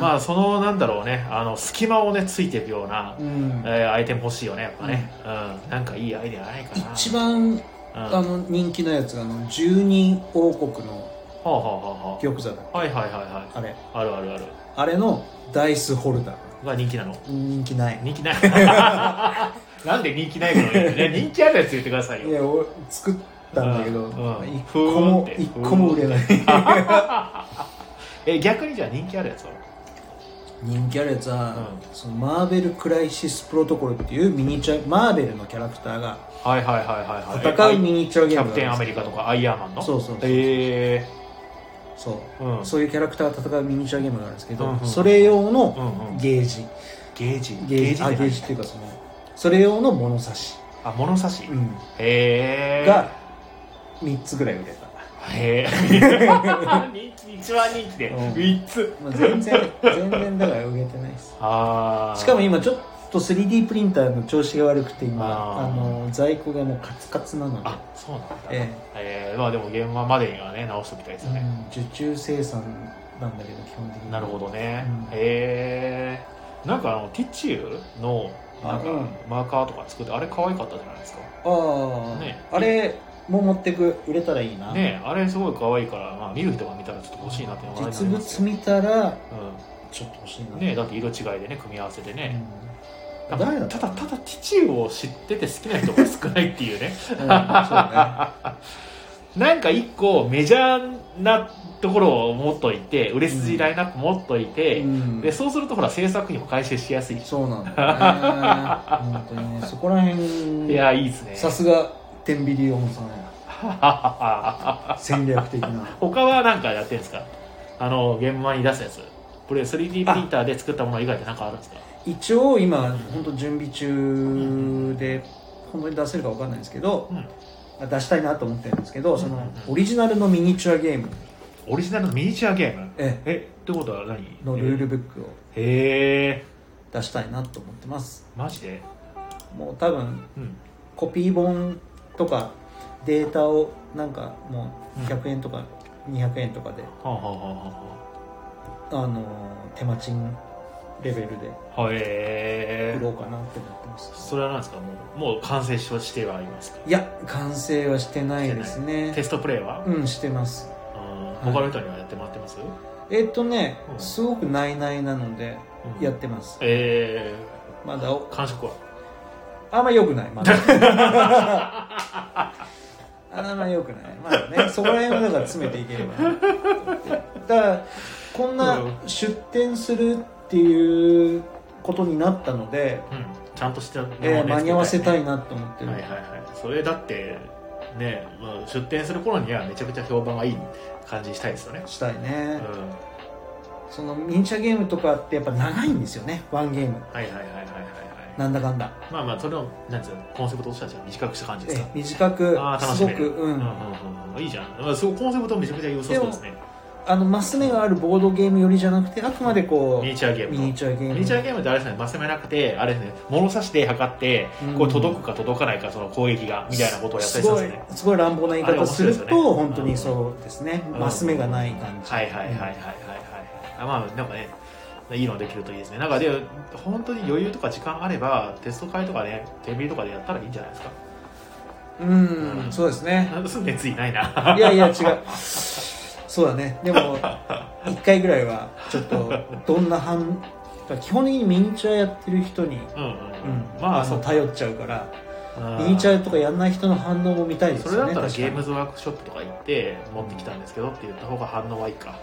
Speaker 1: まあそのなんだろうねあの隙間をねついていくような
Speaker 2: うん
Speaker 1: えー、アイテム欲しいよねやっぱね、うんなんかいいアイデアないかな
Speaker 2: 一、
Speaker 1: う
Speaker 2: 番
Speaker 1: ん、
Speaker 2: あの人気のやつがあの十人王国の
Speaker 1: はあはあは
Speaker 2: 玉座だ
Speaker 1: あはあはいはいはいはい
Speaker 2: あれ
Speaker 1: あるあるある
Speaker 2: あれのダイスホルダー
Speaker 1: が人気なの
Speaker 2: 人気ない
Speaker 1: 人気 ないなんで人気ないのね人気あるやつ言ってください
Speaker 2: い
Speaker 1: よ
Speaker 2: や俺作ったんだけ
Speaker 1: う
Speaker 2: ど、
Speaker 1: ん
Speaker 2: 一
Speaker 1: うん
Speaker 2: 個
Speaker 1: ふ
Speaker 2: も
Speaker 1: ーんって
Speaker 2: 一個も売れない
Speaker 1: え逆にじゃあ人気あるやつは
Speaker 2: 人気あるやつは、そのマーベル・クライシス・プロトコルっていうミニチュアマーベルのキャラクターが
Speaker 1: はいはいはいはいはい
Speaker 2: 戦うミニチュア
Speaker 1: キ
Speaker 2: ゲー
Speaker 1: ャ
Speaker 2: ム
Speaker 1: プテンアメリカとかアイアーマンの
Speaker 2: そうそうそう
Speaker 1: え
Speaker 2: そう、
Speaker 1: うん
Speaker 2: そういうキャラクターが戦うミニチュアゲームがあるんですけど、
Speaker 1: うんうん
Speaker 2: それ用
Speaker 1: ー、う
Speaker 2: の
Speaker 1: んうん
Speaker 2: ゲージ、
Speaker 1: ゲージ
Speaker 2: ゲージあ
Speaker 1: って
Speaker 2: ゲー
Speaker 1: 何
Speaker 2: ジっていうかそのそれ用の物差し、
Speaker 1: あ物差し、へ
Speaker 2: うん
Speaker 1: え
Speaker 2: が3つぐらい売れた、
Speaker 1: へえ 一番人気で
Speaker 2: うん
Speaker 1: 3つ
Speaker 2: まあ、全然 全然だから売れてないです
Speaker 1: ああ
Speaker 2: しかも今ちょっと 3D プリンターの調子が悪くて今
Speaker 1: あ
Speaker 2: あ
Speaker 1: ー
Speaker 2: の在庫がもうカツカツなので
Speaker 1: あそうなんだ、
Speaker 2: え
Speaker 1: えーまあでも現場までにはね直しておきたいですよ
Speaker 2: う
Speaker 1: ね、
Speaker 2: ん受注生産なんだけど基本的に
Speaker 1: なるほどね、
Speaker 2: うん
Speaker 1: へえなんかあのティチューのなんか
Speaker 2: あうん
Speaker 1: マーカーとか作ってあれ可愛かったじゃないですか
Speaker 2: ああ、
Speaker 1: ね
Speaker 2: あれも持ってく売れたらいいな、
Speaker 1: ねえあれすごい可愛いから、まあ、見る人が見たらちょっと欲しいなって思い
Speaker 2: 実
Speaker 1: ます
Speaker 2: 物
Speaker 1: よ、
Speaker 2: 見たら
Speaker 1: う、
Speaker 2: ちょっと欲しいなん
Speaker 1: ねえだって色違いでね組み合わせて
Speaker 2: う
Speaker 1: ね、
Speaker 2: ん
Speaker 1: なん
Speaker 2: 誰だ
Speaker 1: かただただティチューを知ってて好きな人が少ないっていうね
Speaker 2: うんそうだ
Speaker 1: なんか一個メジャーなところを持っといて売れ筋ラインナップ持っとい
Speaker 2: ね
Speaker 1: て、
Speaker 2: うん
Speaker 1: で そうするとほら制作費も回収しやすいし、
Speaker 2: そうなんだよね本当にねそこら辺
Speaker 1: いやいいですね
Speaker 2: さすが天秤リオンさんや戦略的な
Speaker 1: 他は何かやってるんですかあの現場に出すやつこれ 3D プリンターで作ったもの以外で何かあるんですか
Speaker 2: 一応今本当準備中で本当に出せるか分かんないんですけど
Speaker 1: うん、
Speaker 2: 出したいなと思ってるんですけどその
Speaker 1: うん
Speaker 2: オリジナルのミニチュアゲーム
Speaker 1: オリジナルのミニチュアゲーム
Speaker 2: え
Speaker 1: えってことは何
Speaker 2: えのルールブックを
Speaker 1: へえ
Speaker 2: 出したいなと思ってます
Speaker 1: マジで
Speaker 2: もう多分
Speaker 1: うん
Speaker 2: コピー本とかデータをなんかもう
Speaker 1: うん
Speaker 2: 100円とか200円とかで、
Speaker 1: はあはあは
Speaker 2: あのー手間賃レベルで
Speaker 1: あはあはあへ
Speaker 2: 売ろ
Speaker 1: え
Speaker 2: うかなって思ってます、
Speaker 1: それは何ですかもうもう完成してはいますか
Speaker 2: いや完成はしてないです
Speaker 1: テ
Speaker 2: ね
Speaker 1: ストプレイは、
Speaker 2: うんしてます
Speaker 1: あー
Speaker 2: はい
Speaker 1: 他の人にはやってもらってます、
Speaker 2: えっ、とね、
Speaker 1: うん
Speaker 2: すごくないないなので
Speaker 1: うん
Speaker 2: やってます、
Speaker 1: え
Speaker 2: まだお
Speaker 1: ー、感触は
Speaker 2: あんま良くないま だあんま良くないまだねそこら辺をだから詰めていければなと思ってだからこんな
Speaker 1: うん
Speaker 2: 出店するっていうことになったので、
Speaker 1: うんちゃんとしたものをね
Speaker 2: えー間に合わせた
Speaker 1: 作り
Speaker 2: いなと思って
Speaker 1: たい
Speaker 2: る、
Speaker 1: ねはいはいはいそれだってね、まあ、出店する頃にはめちゃくちゃ評判がいい感じにしたいですよね
Speaker 2: したいうね
Speaker 1: ん、
Speaker 2: そのミニチュアゲームとかってやっぱ長いんですよねワンゲーム
Speaker 1: はいはいはいはいはいはい
Speaker 2: なんだかんだ
Speaker 1: まあまあそれをなんつうのコンセプトとしてはじゃあ短くした感じです
Speaker 2: え
Speaker 1: か
Speaker 2: 短く
Speaker 1: ああ楽
Speaker 2: す
Speaker 1: し
Speaker 2: ご
Speaker 1: め
Speaker 2: く
Speaker 1: る
Speaker 2: うん、
Speaker 1: うんうんいいじゃんまあそうコンセプトめちゃくちゃ良さそうですね
Speaker 2: あのマス目があるボードゲームよりじゃなくてあくまでこう
Speaker 1: ミニチュアゲーム
Speaker 2: ミ
Speaker 1: と
Speaker 2: ニチュアゲーム
Speaker 1: ミニチュアゲームってあれですね、マス目なくて、あれですね、物差しで測って
Speaker 2: うん、
Speaker 1: こう届くか届かないか、その攻撃が、みたいなことをやったりするんですね。
Speaker 2: ごいすごい乱暴な言い
Speaker 1: あれ
Speaker 2: 方
Speaker 1: 面
Speaker 2: す
Speaker 1: 白い
Speaker 2: る
Speaker 1: です
Speaker 2: と
Speaker 1: よねうん
Speaker 2: 本当にそうですね、
Speaker 1: うん
Speaker 2: マス目がない感じ
Speaker 1: はいはいはいはいはいはいはい。あまあ、なんかね、いいのできるといいですね。なんかで、本当に余裕とか時間あれば、テスト会とかね、テレビとかでやったらいいんじゃないですか。
Speaker 2: うん、
Speaker 1: うん
Speaker 2: そうですね
Speaker 1: なんかすん熱意ないな。
Speaker 2: いやいや違うそうだねでも1回ぐらいはちょっとどんな反基本的にミニチュアやってる人に、
Speaker 1: うんうん
Speaker 2: うん、
Speaker 1: まあ、
Speaker 2: の
Speaker 1: そう
Speaker 2: 頼っちゃうから
Speaker 1: うん
Speaker 2: ミニチュアとかやんない人の反応も見たいです
Speaker 1: そ
Speaker 2: よ
Speaker 1: れ
Speaker 2: ね
Speaker 1: だったら
Speaker 2: 確か
Speaker 1: ゲ
Speaker 2: に
Speaker 1: ームズワークショップとか行って持ってきたんですけどって言った方が反応はいいか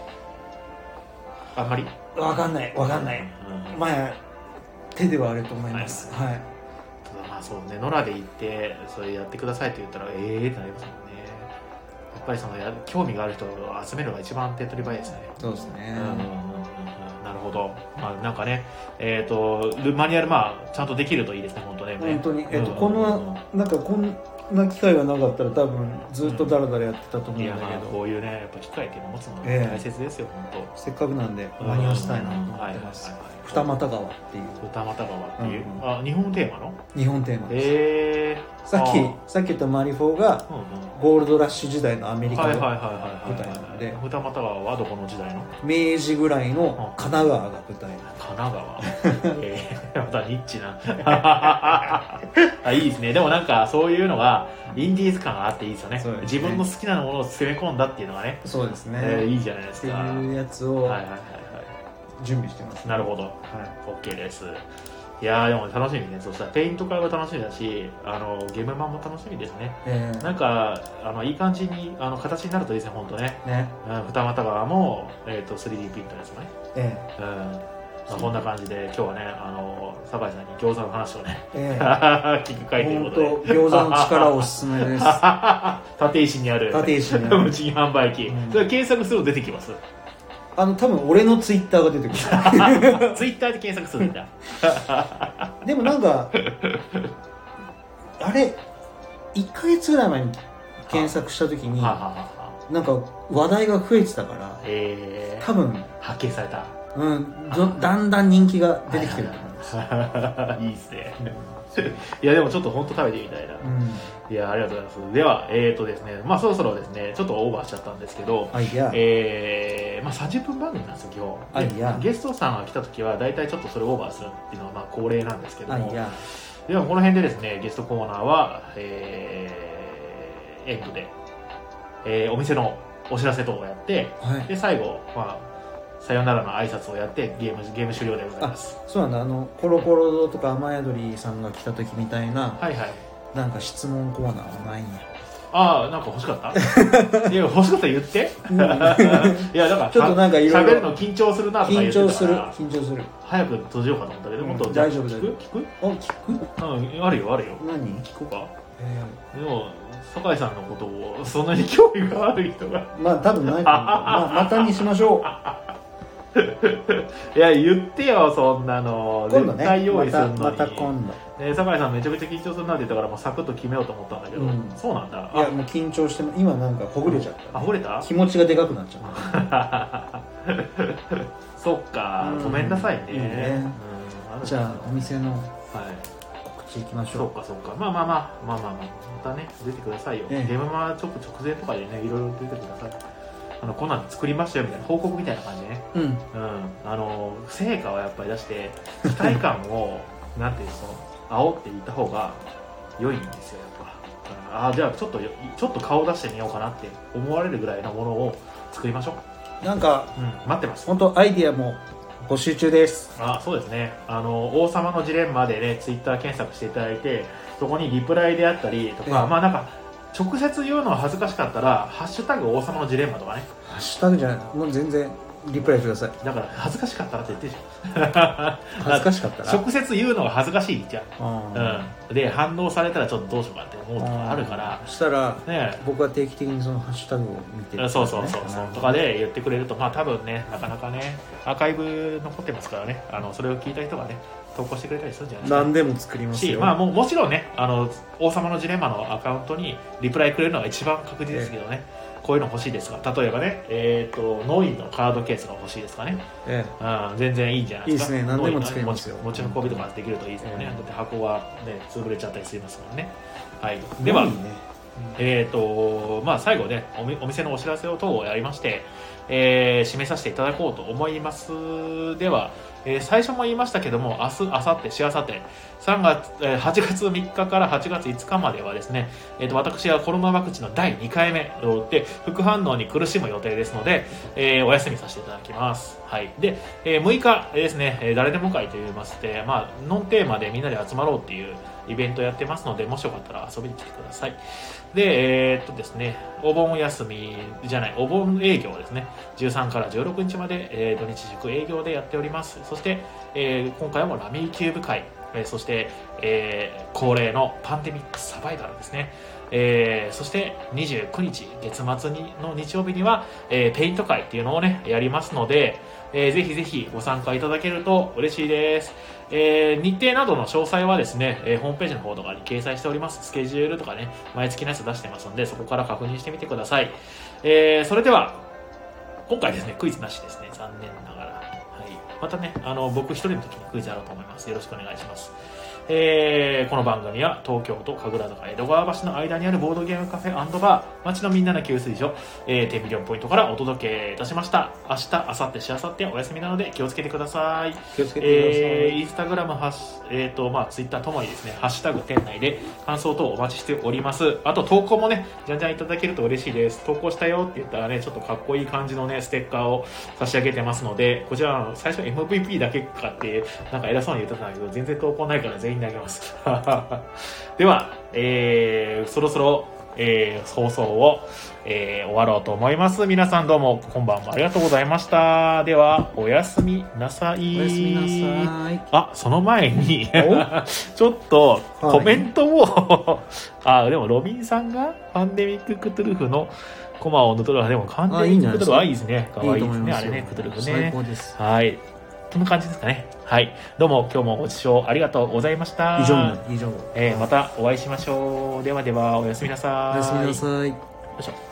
Speaker 1: あんまり
Speaker 2: わかんないわかんない
Speaker 1: うん
Speaker 2: まあ手ではあると思いますはい、
Speaker 1: ただまあそうね野良で行ってそれやってくださいって言ったらええー、ってなりますもんねやっぱりそのや興味がある人を集めるのが一番手っ取り早いですね
Speaker 2: そうです
Speaker 1: う
Speaker 2: ね
Speaker 1: んうんうんうんなるほど、まあ、なんかね、えっとルマニュアル、まあ、ちゃんとできるといいですね、本当ね。
Speaker 2: 本当に、えっと
Speaker 1: うん
Speaker 2: こんななんかこんな機会がなかったら多分ずっとダラダラやってたと思うん
Speaker 1: いや、
Speaker 2: だ
Speaker 1: まあ、
Speaker 2: けど、
Speaker 1: こういうね、やっぱ機会っていうのを持つのは
Speaker 2: ええ
Speaker 1: 大切ですよ、本
Speaker 2: せっかくなんで
Speaker 1: 当。
Speaker 2: 間に合わせたいなと思
Speaker 1: はい
Speaker 2: って
Speaker 1: はいはい
Speaker 2: ます、
Speaker 1: はい
Speaker 2: 二俣川っていう
Speaker 1: 二俣川っていう、
Speaker 2: うんう
Speaker 1: あ日本テーマの
Speaker 2: 日本テーマです、
Speaker 1: えー、
Speaker 2: さっ
Speaker 1: あ
Speaker 2: きさっき言ったマリフォーが
Speaker 1: ーうん
Speaker 2: ゴールドラッシュ時代のアメ
Speaker 1: うん
Speaker 2: リ
Speaker 1: はいはいはい
Speaker 2: カ
Speaker 1: はい
Speaker 2: 舞台なので
Speaker 1: 二俣川はどこの時代の
Speaker 2: の明治ぐらいの神奈川が舞台
Speaker 1: 神奈 川えーまたニッチなあいいですねでもなんかそういうのがインディーズ感があっていいですよね
Speaker 2: そうですね
Speaker 1: 自分の好きなものを攻め込んだっていうのがね、
Speaker 2: そうですね、
Speaker 1: えーいいじゃないで
Speaker 2: っ
Speaker 1: す
Speaker 2: て
Speaker 1: かはい
Speaker 2: いうやつ
Speaker 1: はい
Speaker 2: を
Speaker 1: はいは
Speaker 2: 準備してます、
Speaker 1: いなるほど
Speaker 2: は
Speaker 1: OK ですいやーでも楽しみねそしたらペイント会は楽しみだしあのゲームマンも楽しみですね
Speaker 2: い、えー
Speaker 1: なんかあのいい感じにあの形になるといいですね、本当ね。
Speaker 2: ね
Speaker 1: うん、二股側も、えー、と 3D プリンターですもんね。
Speaker 2: え
Speaker 1: うんまあ、こんな感じで今日はね、あの酒井さんに餃子の話をね、
Speaker 2: ーえー
Speaker 1: 聞く会という
Speaker 2: 本
Speaker 1: ことで
Speaker 2: 当、餃子の力おすす めです
Speaker 1: 立石にある
Speaker 2: 立石にある
Speaker 1: 無人販売機、
Speaker 2: うん
Speaker 1: それ検索すると出てきます。
Speaker 2: あの多分俺のツイッターが出てくる
Speaker 1: ツイッターで検索するんだ。
Speaker 2: でもな んかあれ1ヶ月ぐらい前に検索した時に
Speaker 1: はあ、は
Speaker 2: な
Speaker 1: あはあはあ、
Speaker 2: んか話題が増えてたから
Speaker 1: えー
Speaker 2: 多分、
Speaker 1: 発見された。
Speaker 2: うん、どだんだん人気が出てきてると思います、
Speaker 1: いいっすね。いや、でもちょっと本当食べてみたいな。いや、ありがとうございます。では、えーとですね、まあそろそろですね、ちょっとオーバーしちゃったんですけど
Speaker 2: うん、、アイデア、
Speaker 1: えー、まあ30分番組なんですよ、
Speaker 2: あ
Speaker 1: 今日。
Speaker 2: いや
Speaker 1: でゲストさんが来た時は、大体ちょっとそれオーバーするっていうのはまあ恒例なんですけど
Speaker 2: アイ
Speaker 1: も、
Speaker 2: デア
Speaker 1: ではこの辺でですね、ゲストコーナーは、えー、エンドで、えーお店のお知らせ等をやって、
Speaker 2: はい
Speaker 1: で、最後、まあ、さよならの挨拶をやって、ゲーム、ゲーム終了でございます。
Speaker 2: そうなんだあのコロコロ堂とか雨宿りさんが来た時みたいな、
Speaker 1: はいはい。
Speaker 2: なんか質問コーナーはないんや
Speaker 1: ああ、なんか欲しかった いや、欲しかったら言って。 いや、だから、
Speaker 2: ちょっとなんかいろいろ
Speaker 1: 喋るの緊張するなとか言っ
Speaker 2: 緊
Speaker 1: てた
Speaker 2: 張
Speaker 1: か
Speaker 2: する
Speaker 1: ら
Speaker 2: 緊張する
Speaker 1: 早く閉じようかと思ったけど、
Speaker 2: うん
Speaker 1: もっと
Speaker 2: 大丈夫
Speaker 1: 聞く聞
Speaker 2: お聞く
Speaker 1: くうん、あるよあるよ
Speaker 2: 何、
Speaker 1: 聞こうか
Speaker 2: え
Speaker 1: でも酒井さんのことをそんなに興味がある人が
Speaker 2: ーまあ多分ないと思う、まあ、またにしましょう
Speaker 1: いや言ってよそんなの
Speaker 2: 今度
Speaker 1: 絶
Speaker 2: ね
Speaker 1: 対用意
Speaker 2: ます
Speaker 1: る
Speaker 2: た
Speaker 1: のに、
Speaker 2: また今度
Speaker 1: ね酒井さんめちゃめちゃ緊張するなって言ったからもうサクッと決めようと思ったんだけど、
Speaker 2: うん
Speaker 1: そうなんだ
Speaker 2: いやもう緊張しても今なんかほぐれちゃった、
Speaker 1: あほれた
Speaker 2: 気持ちがでかくなっちゃった
Speaker 1: そっか、
Speaker 2: うん
Speaker 1: ごめんなさいね
Speaker 2: いいね
Speaker 1: うんる
Speaker 2: じゃあお店の
Speaker 1: はい
Speaker 2: 告知行きまし
Speaker 1: そう
Speaker 2: ょ
Speaker 1: かそうかまあまあまあまあまあまあまたね出てくださいよ、
Speaker 2: ええ
Speaker 1: ゲームマーちょっと直前とかでねいろいろ出てくださいあのこんなん作りましたよみたいな報告みたいな感じね
Speaker 2: ううん
Speaker 1: うんあの成果はやっぱり出して期待感を なんていうの煽っていった方が良いんですよやっぱうんああじゃあちょっとよちょっと顔出してみようかなって思われるぐらいのものを作りましょ
Speaker 2: なんか
Speaker 1: う、うん、待ってます
Speaker 2: 本当アイディアも募集中です
Speaker 1: あそうですねあの「王様のジレンマ」でねツイッター検索していただいてそこにリプライであったりとか、
Speaker 2: ええ
Speaker 1: まあなんか直接言うのは恥ずかしかったら「ハッシュタグ王様のジレンマ」とかね
Speaker 2: ハッシュタグじゃないもう全然リプライください
Speaker 1: だから恥ずかしかったらって言ってる
Speaker 2: 恥ずかしかった
Speaker 1: じゃん 直接言うのが恥ずかしいじゃん、
Speaker 2: ら
Speaker 1: うん、で反応されたらちょっとどうしようかって思うとかあるから
Speaker 2: そしたら
Speaker 1: ねえ
Speaker 2: 僕は定期的にそのハッシュタグを見てる、
Speaker 1: そうそうそうそうとか
Speaker 2: で
Speaker 1: で言ってくれるとまあ多分ねなかなかねアーカイブ残ってますからねあのそれを聞いた人がね投稿してくれたりするんじゃないかな
Speaker 2: 何でも作ります
Speaker 1: し、
Speaker 2: よ、
Speaker 1: まあ、もうもちろんねあの王様のジレンマのアカウントにリプライくれるのが一番確実ですけどね、こういうの欲しいですが例えばねえっ、とノイのカードケースが欲しいですかね、
Speaker 2: え
Speaker 1: うん、全然いいんじゃないですか
Speaker 2: いいですね何でも作
Speaker 1: ノ
Speaker 2: れ
Speaker 1: イのね
Speaker 2: ますよ
Speaker 1: 持ち持ち運びとかできるといいですよね、
Speaker 2: うん
Speaker 1: だって箱はね潰れちゃったりしますもんねはい
Speaker 2: え
Speaker 1: では、
Speaker 2: いいね
Speaker 1: えーとまあ、最後ねおみお店のお知らせを等をやりまして、えー締めさせていただこうと思いますでは、えー最初も言いましたけども明日明後日しあさって3月、えー8月3日から8月5日まではですね、えー、と私はコロナワクチンの第2回目を打って副反応に苦しむ予定ですので、えーお休みさせていただきます、はい、で、えー6日ですね、えー誰でも会といいまして、まあ、ノンテーマでみんなで集まろうっていうイベントやってますのでもしよかったら遊びに来てくださいで、えーっとですね、お盆休みじゃない、お盆営業ですね、13から16日まで、えー土日塾営業でやっております。そして、えー今回もラミーキューブ会、えーそして、えー恒例のパンデミックサバイバルですね。えーそして29日、月末にの日曜日には、えーペイント会っていうのをね、やりますので、えーぜひぜひご参加いただけると嬉しいです。えー日程などの詳細はですね、えーホームページの方とかに掲載しております。スケジュールとかね、毎月のやつ出してますので、そこから確認してみてください。えーそれでは、今回ですね、クイズなしですね、残念ながら。はい。またね、あの、僕一人の時にクイズあると思います。よろしくお願いします。えーこの番組は東京都神楽坂江戸川橋の間にあるボードゲームカフェバー町のみんなの給水所、えー、テンビリオンポイントからお届けいたしました明日明後日しあさってお休みなので気をつけてください
Speaker 2: 気をつけてください、
Speaker 1: えーインスタグラム、ハッシュえーとまあ、ツイッターともにですね、ハッシュタグ店内で感想等お待ちしております。あと投稿もね、じゃんじゃんいただけると嬉しいです。投稿したよって言ったらね、ちょっとかっこいい感じのね、ステッカーを差し上げてますので、こちらの最初 MVP だけかって、なんか偉そうに言ってたんだけど、全然投稿ないから全員投げます。では、えーそろそろ、えー放送を、えー終わろうと思います。皆さんどうも、こんばんは。ありがとうございました。では、おやすみなさい。
Speaker 2: おやすみなさい
Speaker 1: あ、その前に、
Speaker 2: お
Speaker 1: ちょっと
Speaker 2: はい
Speaker 1: コメントを あ、でもロビンさんがパンデミッククトゥルフのコマを塗ってる。でもパンデ
Speaker 2: あい
Speaker 1: ミ
Speaker 2: いん
Speaker 1: ッ
Speaker 2: じゃ
Speaker 1: ク
Speaker 2: な
Speaker 1: ク
Speaker 2: い
Speaker 1: トゥルフ
Speaker 2: ですか
Speaker 1: はいいですね。可愛い
Speaker 2: と
Speaker 1: で
Speaker 2: 思
Speaker 1: す
Speaker 2: い
Speaker 1: ね、
Speaker 2: ま
Speaker 1: あ
Speaker 2: す
Speaker 1: れ
Speaker 2: よ
Speaker 1: ね、クトゥルフ
Speaker 2: 最
Speaker 1: ね。
Speaker 2: 高です
Speaker 1: はい。こんな感じですかね。はい。どうも今日もご視聴ありがとうございました。
Speaker 2: 以上以上
Speaker 1: えーまたお会いしましょう。ではでは、おやすみなさい。
Speaker 2: おやすみなさい
Speaker 1: よいしょ